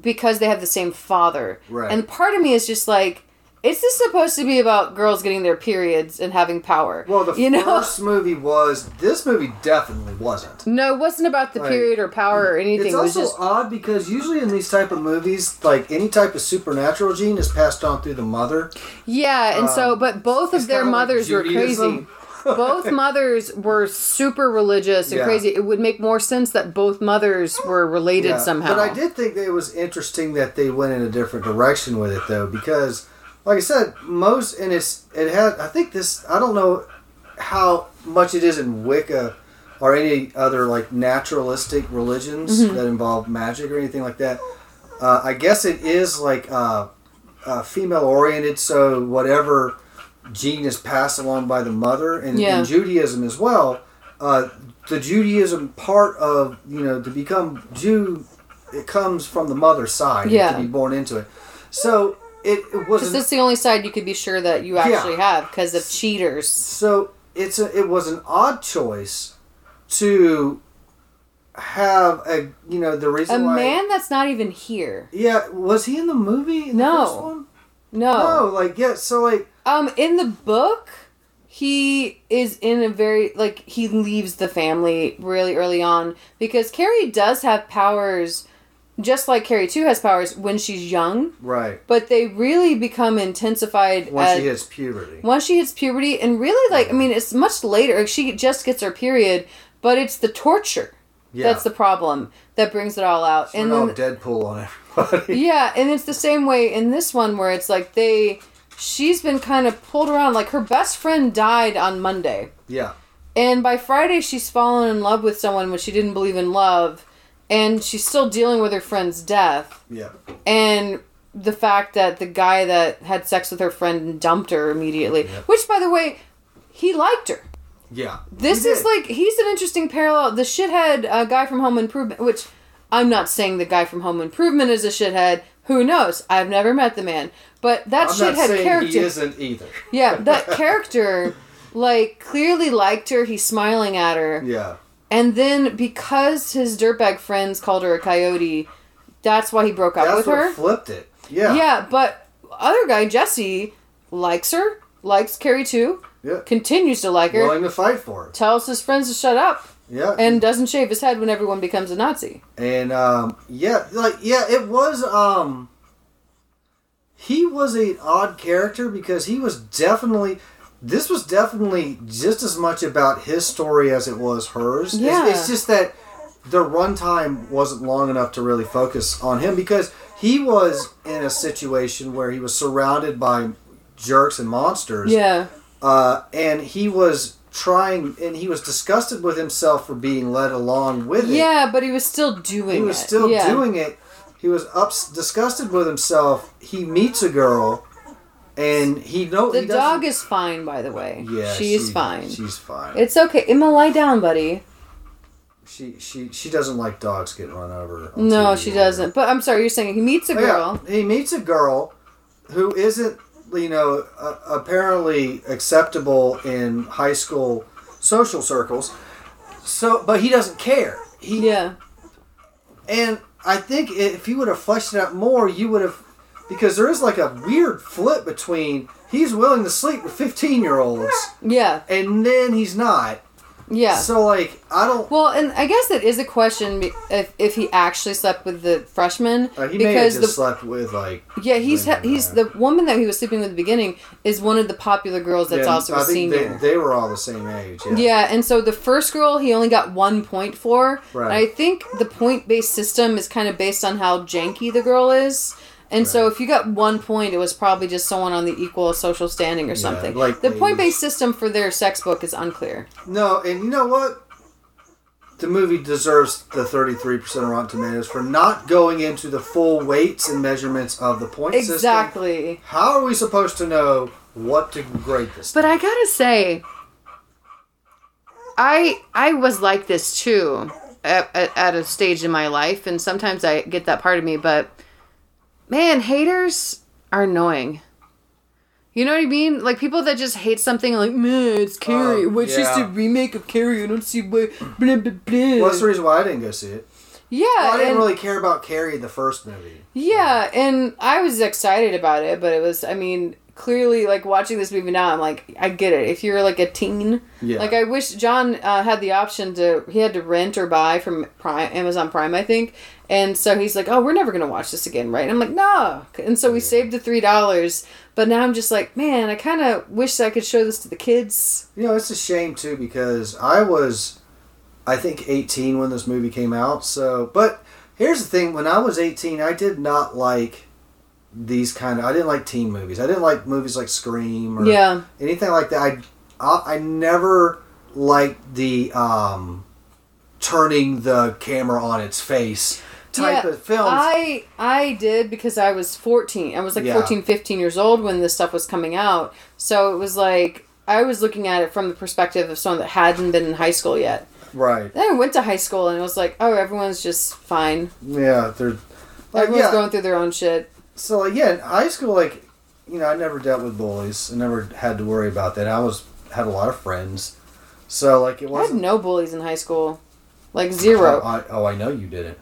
S1: because they have the same father.
S3: Right.
S1: And part of me is just like, is this supposed to be about girls getting their periods and having power?
S3: Well, the
S1: you know?
S3: first movie was. This movie definitely wasn't.
S1: No, it wasn't about the
S3: Like,
S1: period or power or anything.
S3: It's
S1: It was
S3: also
S1: just
S3: odd because usually in these type of movies, like any type of supernatural gene is passed on through the mother.
S1: yeah, and so but both of
S3: um, it's
S1: their
S3: kinda like
S1: mothers were crazy.
S3: Judaism.
S1: both mothers were super religious and
S3: Yeah.
S1: crazy. It would make more sense that both mothers were related
S3: Yeah,
S1: somehow.
S3: But I did think that it was interesting that they went in a different direction with it though, because like I said, most and it's it had I think this I don't know how much it is in Wicca or any other like naturalistic religions
S1: Mm-hmm.
S3: that involve magic or anything like that. Uh, I guess it is like uh, uh, female oriented, so whatever gene is passed along by the mother, and
S1: Yeah.
S3: in Judaism as well. Uh, the Judaism part of you know to become Jew, it comes from the mother's side.
S1: Yeah.
S3: to be born into it. So it, it was
S1: Because
S3: an-
S1: that's the only side you could be sure that you actually have because of cheaters.
S3: So it's a, it was an odd choice to have a you know the
S1: A
S3: reason why
S1: man that's not even here.
S3: yeah was he in the movie in
S1: No.
S3: the first one?
S1: No.
S3: no like yeah so like
S1: Um, in the book, he is in a very like he leaves the family really early on because Carrie does have powers, just like Carrie too has powers when she's young,
S3: right
S1: but they really become intensified
S3: once
S1: at-
S3: she hits puberty
S1: once she hits puberty and really like I mean it's much later. Like, She just gets her period, but it's the torture
S3: yeah
S1: that's the problem that brings it all out.
S3: and
S1: and then
S3: Deadpool on everybody
S1: yeah, and it's the same way in this one where it's like they she's been kind of pulled around like her best friend died on Monday.
S3: yeah
S1: And by Friday she's fallen in love with someone when she didn't believe in love and she's still dealing with her friend's death
S3: yeah
S1: and the fact that the guy that had sex with her friend and dumped her immediately, which by the way, he liked her.
S3: yeah
S1: This
S3: He
S1: is
S3: did.
S1: like he's an interesting parallel. The shithead uh, guy from Home Improvement, which I'm not saying the guy from Home Improvement is a shithead. Who knows? I've never met the man, but that
S3: I'm not
S1: shithead
S3: saying
S1: character,
S3: he isn't either
S1: yeah, that character, like clearly liked her. He's smiling at her,
S3: yeah
S1: and then because his dirtbag friends called her a coyote, that's why he broke up
S3: that's
S1: with
S3: what
S1: her.
S3: flipped it yeah
S1: yeah, but other guy Jesse likes her, likes Carrie too,
S3: yeah
S1: continues to like her.
S3: willing to fight for it
S1: Tells his friends to shut up,
S3: yeah
S1: and doesn't shave his head when everyone becomes a Nazi.
S3: And um, yeah, like yeah, it was um he was an odd character because he was definitely this was definitely just as much about his story as it was hers. It's-
S1: Yeah.
S3: It's, just that the runtime wasn't long enough to really focus on him because he was in a situation where he was surrounded by jerks and monsters
S1: Yeah,
S3: uh, and he was trying and he was disgusted with himself for being led along with it
S1: yeah, but he was still doing.
S3: he was
S1: it.
S3: still
S1: Yeah.
S3: doing it. He was ups disgusted with himself. He meets a girl, and he knows
S1: The dog is fine, by the way.
S3: Yeah,
S1: she's
S3: she-
S1: fine.
S3: She's fine.
S1: It's okay. Emma, lie down, buddy.
S3: she she she doesn't like dogs getting run over. on
S1: No,
S3: TV
S1: she
S3: or-
S1: doesn't. But I'm sorry, you're saying he meets a
S3: Oh, Yeah,
S1: girl.
S3: he meets a girl who isn't you know uh, apparently acceptable in high school social circles. So, but he doesn't care. He
S1: Yeah,
S3: and I think if you would have fleshed it out more, you would have, because there is like a weird flip between he's willing to sleep with fifteen year olds
S1: Yeah.
S3: and then he's not.
S1: Yeah.
S3: So like I don't.
S1: Well, and I guess that is a question be- if, if he actually slept with the freshman
S3: Uh, he may have
S1: because
S3: just
S1: the
S3: slept with like.
S1: yeah he's ha-
S3: women
S1: he's
S3: there.
S1: the woman that he was sleeping with at the beginning is one of the popular girls that's
S3: Yeah,
S1: also a
S3: I think
S1: senior.
S3: They, they were all the same age. Yeah.
S1: Yeah, and so the first girl he only got one point for.
S3: Right.
S1: And I think the point based system is kind of based on how janky the girl is. And so
S3: Right.
S1: if you got one point, it was probably just someone on the equal social standing or something.
S3: like
S1: the
S3: they-
S1: point based system for their sex book is unclear.
S3: No, and you know what? The movie deserves the 33% of Rotten Tomatoes for not going into the full weights and measurements of the point system.
S1: Exactly.
S3: How are we supposed to know what to grade this?
S1: But I gotta say, I I was like this too at, at, at a stage in my life, and sometimes I get that part of me. But man, haters are annoying. You know what I mean? Like people that just hate something, like man, it's Carrie.
S3: Um,
S1: What's just a
S3: yeah.
S1: remake of Carrie? I don't see why. Blah blah blah.
S3: Well, that's the reason why I didn't go see it.
S1: yeah,
S3: Well, I didn't
S1: and-
S3: really care about Carrie the first movie.
S1: yeah, and I was excited about it, but it was, I mean, clearly, like watching this movie now, I'm like, I get it. If you're like a teen,
S3: Yeah.
S1: like I wish John uh, had the option to, he had to rent or buy from Prime, Amazon Prime, I think. And so he's like, oh, we're never going to watch this again, right? And I'm like, no. And so we saved the $3, but now I'm just like, man, I kind of wish I could show this to the kids.
S3: You know, it's a shame too because I was, I think, 18 when this movie came out. So, but here's the thing: when I was 18, I did not like these kind of. I didn't like teen movies. I didn't like movies like Scream or
S1: Yeah.
S3: anything like that. I, I, I never liked the um, turning the camera on its face type
S1: Yeah,
S3: of films.
S1: I I did because I was 14. I was like
S3: Yeah.
S1: fourteen, fifteen 14, 15 years old when this stuff was coming out. So it was like I was looking at it from the perspective of someone that hadn't been in high school yet.
S3: right?
S1: Then I went to high school and it was like, oh, everyone's just fine.
S3: Yeah, they're like
S1: Everyone's
S3: yeah.
S1: going through their own shit.
S3: So like yeah, in high school like you know I never dealt with bullies. I never had to worry about that. I was had a lot of friends. So like
S1: I
S3: it
S1: had
S3: wasn't.
S1: no bullies in high school. Like zero.
S3: I, oh, I know you didn't.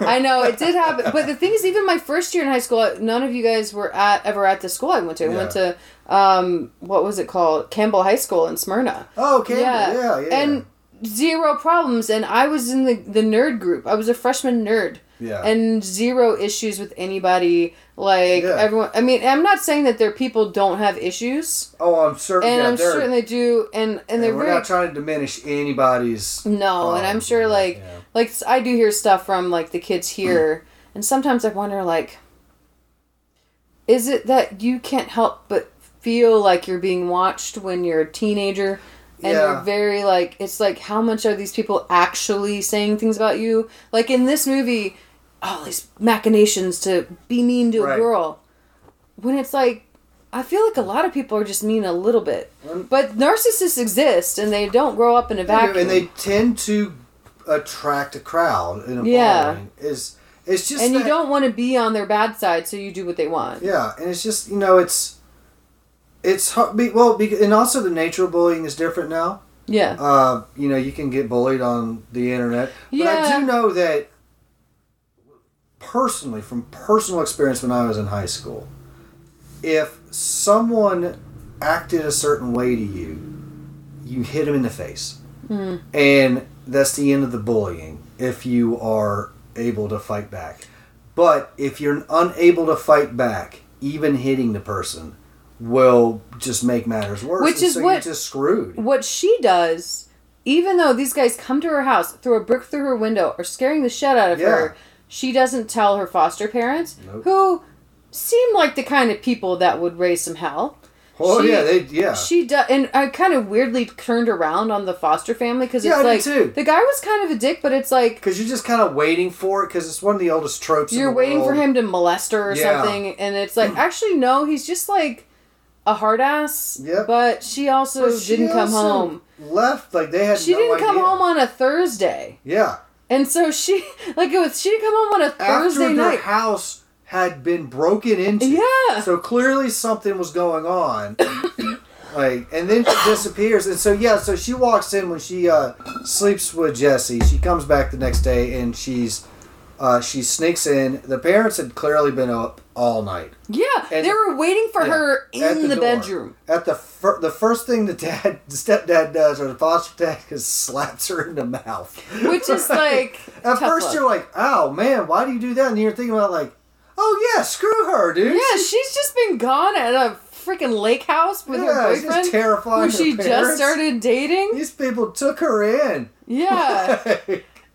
S1: I know it did happen, but the thing is, even my first year in high school, none of you guys were at ever at the school I went to. I went
S3: Yeah.
S1: to um, what was it called, Campbell High School in Smyrna.
S3: Oh, okay. Yeah,
S1: yeah.
S3: yeah, yeah.
S1: And zero problems. And I was in the, the nerd group. I was a freshman nerd.
S3: Yeah.
S1: And zero issues with anybody. Like
S3: Yeah.
S1: everyone. I mean, I'm not saying that their people don't have issues,
S3: oh, I'm certain.
S1: and
S3: yeah,
S1: I'm
S3: they're-
S1: certain they do. And and
S3: and
S1: they're
S3: we're
S1: very
S3: not trying to diminish anybody's.
S1: no. and I'm
S3: problems,
S1: sure
S3: yeah,
S1: like
S3: Um, yeah.
S1: like I do hear stuff from like the kids here, and sometimes I wonder like, is it that you can't help but feel like you're being watched when you're a teenager? And
S3: Yeah.
S1: you're very like it's like how much are these people actually saying things about you? Like in this movie, all these machinations to be mean to
S3: Right.
S1: a girl. When it's like I feel like a lot of people are just mean a little bit. But narcissists exist and they don't grow up in a vacuum.
S3: And they tend to attract a crowd in a
S1: Yeah.
S3: following. Is it's just
S1: and you
S3: that-
S1: don't want to be on their bad side, so you do what they want.
S3: Yeah, and it's just you know it's it's hard, be, well be, and also the nature of bullying is different now.
S1: Yeah.
S3: uh, you know, you can get bullied on the internet. But I
S1: Yeah.
S3: do know that personally, from personal experience when I was in high school, if someone acted a certain way to you, you hit them in the face.
S1: Hmm.
S3: And that's the end of the bullying if you are able to fight back. But if you're unable to fight back, even hitting the person will just make matters worse.
S1: Which
S3: and
S1: is
S3: so
S1: what-
S3: you're just screwed.
S1: What she does, even though these guys come to her house, throw a brick through her window, or scaring the shit out of
S3: Yeah.
S1: her, she doesn't tell her foster parents,
S3: Nope.
S1: who seem like the kind of people that would raise some hell.
S3: Oh
S1: She-
S3: yeah, they yeah.
S1: She does, and I kind of weirdly turned around on the foster family because
S3: Yeah,
S1: it's
S3: I did
S1: like
S3: too.
S1: the guy was kind of a dick, but it's like
S3: because you're just kind of waiting for it because it's one of the oldest tropes. in
S1: you're
S3: the
S1: waiting for
S3: world.
S1: him to molest her or
S3: Yeah.
S1: something, and it's like actually no, he's just like a hard ass.
S3: Yep.
S1: But she also
S3: But she
S1: didn't come
S3: also
S1: home.
S3: Left like they had.
S1: She
S3: no
S1: didn't come
S3: idea.
S1: home on a Thursday,
S3: Yeah,
S1: and so she like it was. She didn't come home on a Thursday
S3: after
S1: night.
S3: their house had been broken into.
S1: Yeah.
S3: so clearly something was going on. like, and then she disappears, and so yeah, so she walks in when she uh, sleeps with Jesse. She comes back the next day, and she's Uh, she sneaks in. The parents had clearly been up all night.
S1: Yeah,
S3: And-
S1: they were waiting for
S3: Yeah,
S1: her
S3: at
S1: in the,
S3: door.
S1: bedroom.
S3: At the fir- the first thing the dad, the stepdad does, or the foster dad, is slaps her in the mouth.
S1: Which is like
S3: At
S1: tough
S3: first,
S1: luck.
S3: you're like, "Oh man, why do you do that?" And you're thinking about like, "Oh yeah, screw her, dude."
S1: Yeah, she's just been gone at a freaking lake house with
S3: Yeah,
S1: her
S3: it's just
S1: boyfriend,
S3: terrifying
S1: who
S3: her
S1: she
S3: parents.
S1: just started dating.
S3: These people took her in.
S1: Yeah.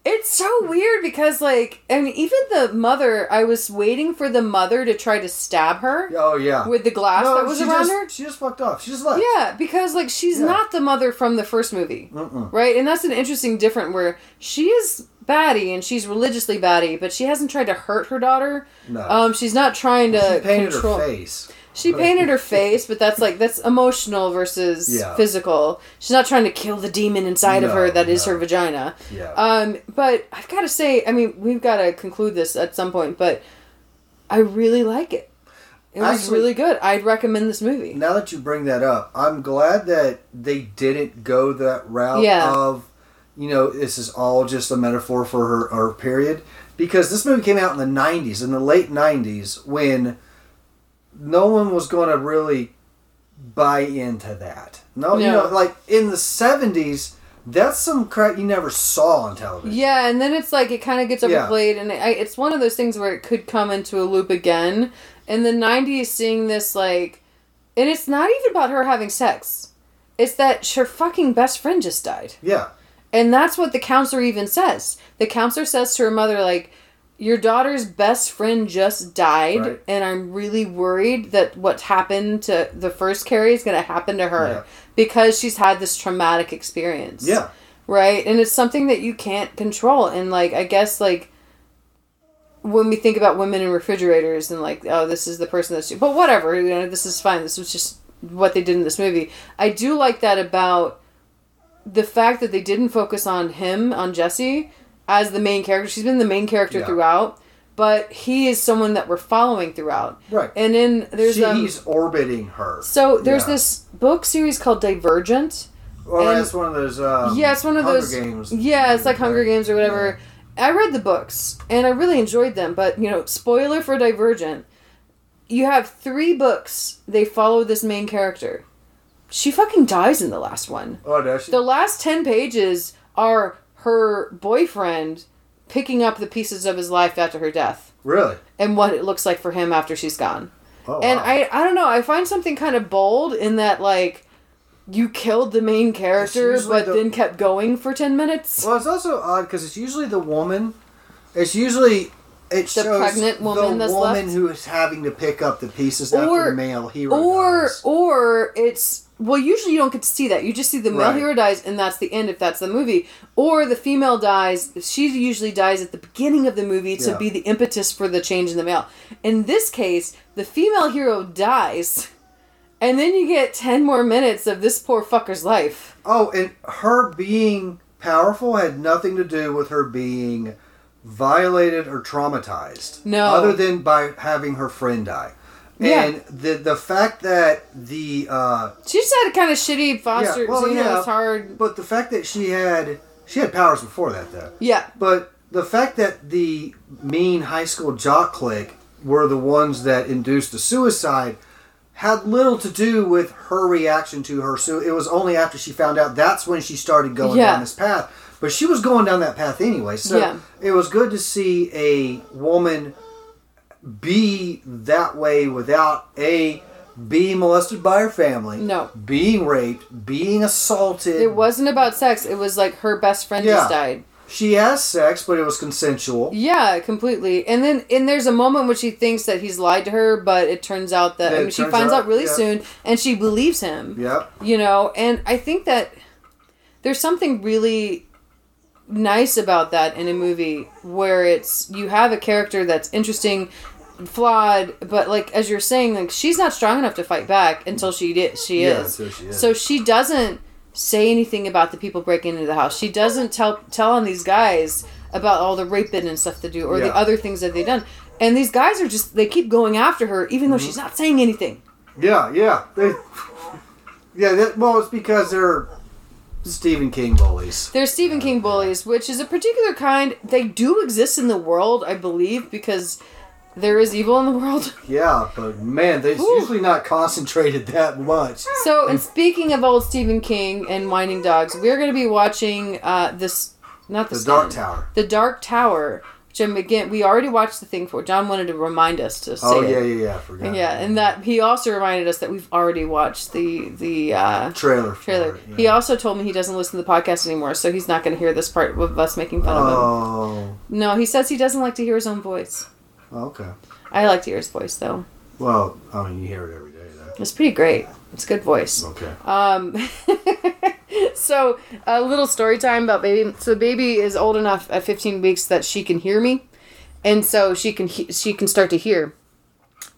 S1: It's so weird because, like, and even the mother, I was waiting for the mother to try to stab her
S3: oh yeah.
S1: with the glass that was
S3: she
S1: around
S3: just,
S1: her.
S3: She just fucked off. She just left.
S1: Yeah, because, like, she's
S3: Yeah.
S1: not the mother from the first movie,
S3: Mm-mm.
S1: right? And that's an interesting different where she is batty and she's religiously batty, but she hasn't tried to hurt her daughter.
S3: No.
S1: Um, she's not trying to
S3: she painted
S1: control.
S3: her face.
S1: She painted her face, but that's like that's emotional versus
S3: Yeah.
S1: physical. She's not trying to kill the demon inside of
S3: No,
S1: her that is
S3: no.
S1: her vagina.
S3: Yeah.
S1: Um, but I've got to say, I mean, we've got to conclude this at some point, but I really like it. It was
S3: Actually-
S1: really good. I'd recommend this movie.
S3: now that you bring that up, I'm glad that they didn't go that route
S1: Yeah.
S3: of, you know, this is all just a metaphor for her, her period. Because this movie came out in the 90s, in the late 90s, when no one was going to really buy into that. No, you
S1: No.
S3: know, like in the 70s, that's some crap you never saw on television.
S1: Yeah, and then it's like it kind of gets
S3: Yeah.
S1: overplayed, and I, it's one of those things where it could come into a loop again. In the '90s, seeing this like, and it's not even about her having sex; it's that her fucking best friend just died.
S3: Yeah.
S1: And that's what the counselor even says. The counselor says to her mother, like, your daughter's best friend just died,
S3: Right.
S1: and I'm really worried that what's happened to the first Carrie is going to happen to her because she's had this traumatic experience.
S3: Yeah.
S1: Right? And it's something that you can't control. And, like, I guess, like, when we think about women in refrigerators and, like, oh, this is the person that's. But whatever, you know, this is fine. This was just what they did in this movie. I do like that about the fact that they didn't focus on him on Jesse as the main character. She's been the main character
S3: Yeah.
S1: throughout, but he is someone that we're following throughout.
S3: Right.
S1: And then there's
S3: She-
S1: um,
S3: he's orbiting her.
S1: so there's
S3: Yeah.
S1: this book series called Divergent.
S3: Or
S1: and-
S3: it's one of those. Um,
S1: yeah, it's one of
S3: Hunger
S1: those
S3: Games.
S1: Yeah, it's like Hunger Games or whatever. I read the books and I really enjoyed them, but you know, spoiler for Divergent. You have three books. They follow this main character. She fucking dies in the last one.
S3: Oh, does she?
S1: The last 10 pages are her boyfriend picking up the pieces of his life after her death
S3: really?
S1: and what it looks like for him after she's gone.
S3: Oh,
S1: and
S3: wow.
S1: I I don't know, I find something kind of bold in that like you killed the main character
S3: usually
S1: but
S3: the-
S1: then kept going for 10 minutes.
S3: Well, it's also odd because it's usually the woman. It's usually it
S1: The
S3: shows
S1: pregnant woman
S3: the
S1: that's
S3: woman
S1: left?
S3: who is having to pick up the pieces
S1: Or-
S3: after the male hero.
S1: or
S3: dies.
S1: or it's well usually you don't get to see that you just see the male
S3: Right.
S1: hero dies and that's the end if that's the movie or the female dies she usually dies at the beginning of the movie to
S3: Yeah.
S1: be the impetus for the change in the male in this case the female hero dies and then you get 10 more minutes of this poor fucker's life
S3: oh, and her being powerful had nothing to do with her being violated or traumatized.
S1: No.
S3: other than by having her friend die.
S1: Yeah.
S3: And the the fact that the uh,
S1: she just had a kind of shitty foster
S3: well,
S1: you know,
S3: yeah.
S1: it's hard
S3: but the fact that she had she had powers before that though.
S1: yeah
S3: But the fact that the mean high school jock clique were the ones that induced the suicide had little to do with her reaction to her So It was only after she found out that's when she started going
S1: Yeah.
S3: down this path. But she was going down that path anyway. So
S1: Yeah.
S3: it was good to see a woman be that way without a being molested by her family.
S1: No.
S3: Being raped, being assaulted.
S1: it wasn't about sex it was like her best friend just
S3: Yeah.
S1: died
S3: She has sex, but it was consensual.
S1: Yeah, completely. And then and there's a moment when she thinks that he's lied to her, but it turns out that
S3: Yeah,
S1: I
S3: it
S1: mean she
S3: turns
S1: finds out,
S3: out,
S1: really
S3: yeah.
S1: soon and she believes him.
S3: Yep.
S1: You know, and I think that there's something really nice about that in a movie where it's you have a character that's interesting flawed but like as you're saying like she's not strong enough to fight back until she did she
S3: Yeah,
S1: is
S3: until she is.
S1: so she doesn't say anything about the people breaking into the house she doesn't tell tell on these guys about all the raping and stuff to do or the
S3: Yeah.
S1: other things that they've done and these guys are just they keep going after her even though
S3: Mm-hmm.
S1: she's not saying anything
S3: Yeah, yeah. They, yeah, that, well, it's because they're Stephen King bullies.
S1: They're Stephen King bullies, which is a particular kind. They do exist in the world, I believe, because there is evil in the world.
S3: Yeah, but man, they're
S1: Whew.
S3: usually not concentrated that much.
S1: So, and speaking of old Stephen King and Winding Dogs, we're going to be watching uh, this, not the,
S3: The Dark
S1: Stand.
S3: Tower.
S1: The Dark Tower, which I'm again, we already watched the thing for. John wanted to remind us to say
S3: Oh
S1: it.
S3: yeah, yeah, yeah. I forgot.
S1: Yeah, and that he also reminded us that we've already watched the the uh,
S3: Trailer. for
S1: trailer.
S3: it, yeah.
S1: He also told me he doesn't listen to the podcast anymore, so he's not going to hear this part of us making fun of him.
S3: Oh.
S1: No, he says he doesn't like to hear his own voice.
S3: Okay.
S1: I like to hear his voice though;
S3: Well, I mean, you hear it every day, though.
S1: it's pretty great. It's a good voice.
S3: Okay.
S1: Um, so a little story time about baby. So baby is old enough at 15 weeks that she can hear me, and so she can he- she can start to hear,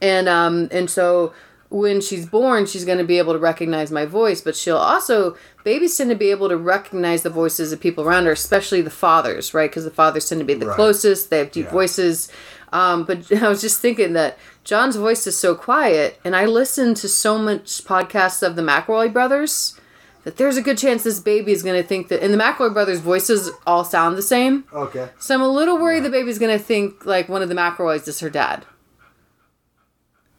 S1: and um and so when she's born she's going to be able to recognize my voice, but she'll also babies tend to be able to recognize the voices of people around her, especially the fathers, right? Because the fathers tend to be the
S3: Right.
S1: closest. They have deep
S3: Yeah.
S1: voices. Um, but I was just thinking that John's voice is so quiet, and I listen to so much podcasts of the McElroy brothers that there's a good chance this baby is going to think that. And the McElroy brothers' voices all sound the same,
S3: Okay.
S1: so I'm a little worried the baby's going to think like one of the McElroys is her dad.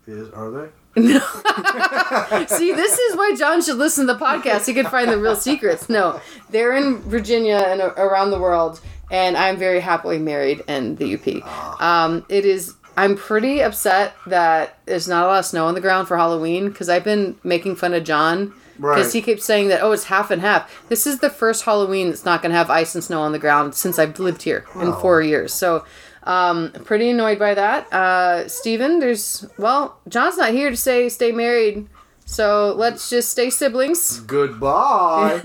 S3: Is, are they?
S1: See, this is why John should listen to the podcast. He could find the real secrets. No, they're in Virginia and a- around the world, and I'm very happily married in the UP. Um, it is. I'm pretty upset that there's not a lot of snow on the ground for Halloween because I've been making fun of John because
S3: Right.
S1: he keeps saying that oh it's half and half. This is the first Halloween that's not going to have ice and snow on the ground since I've lived here in four years. So um, pretty annoyed by that. Uh, Steven, there's well John's not here to say stay married. So let's just stay siblings.
S3: Goodbye.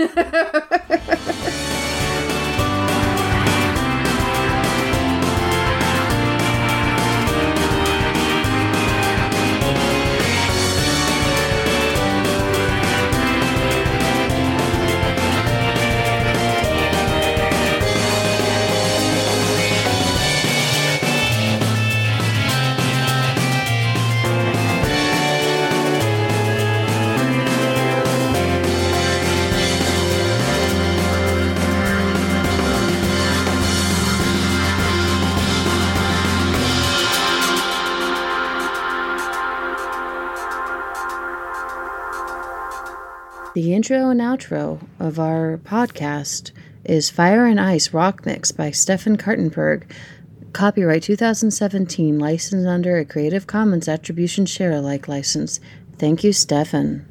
S1: The intro and outro of our podcast is Fire and Ice Rock Mix by Stefan Kartenberg. Copyright 2017, licensed under a Creative Commons Attribution Share Alike license. Thank you, Stefan.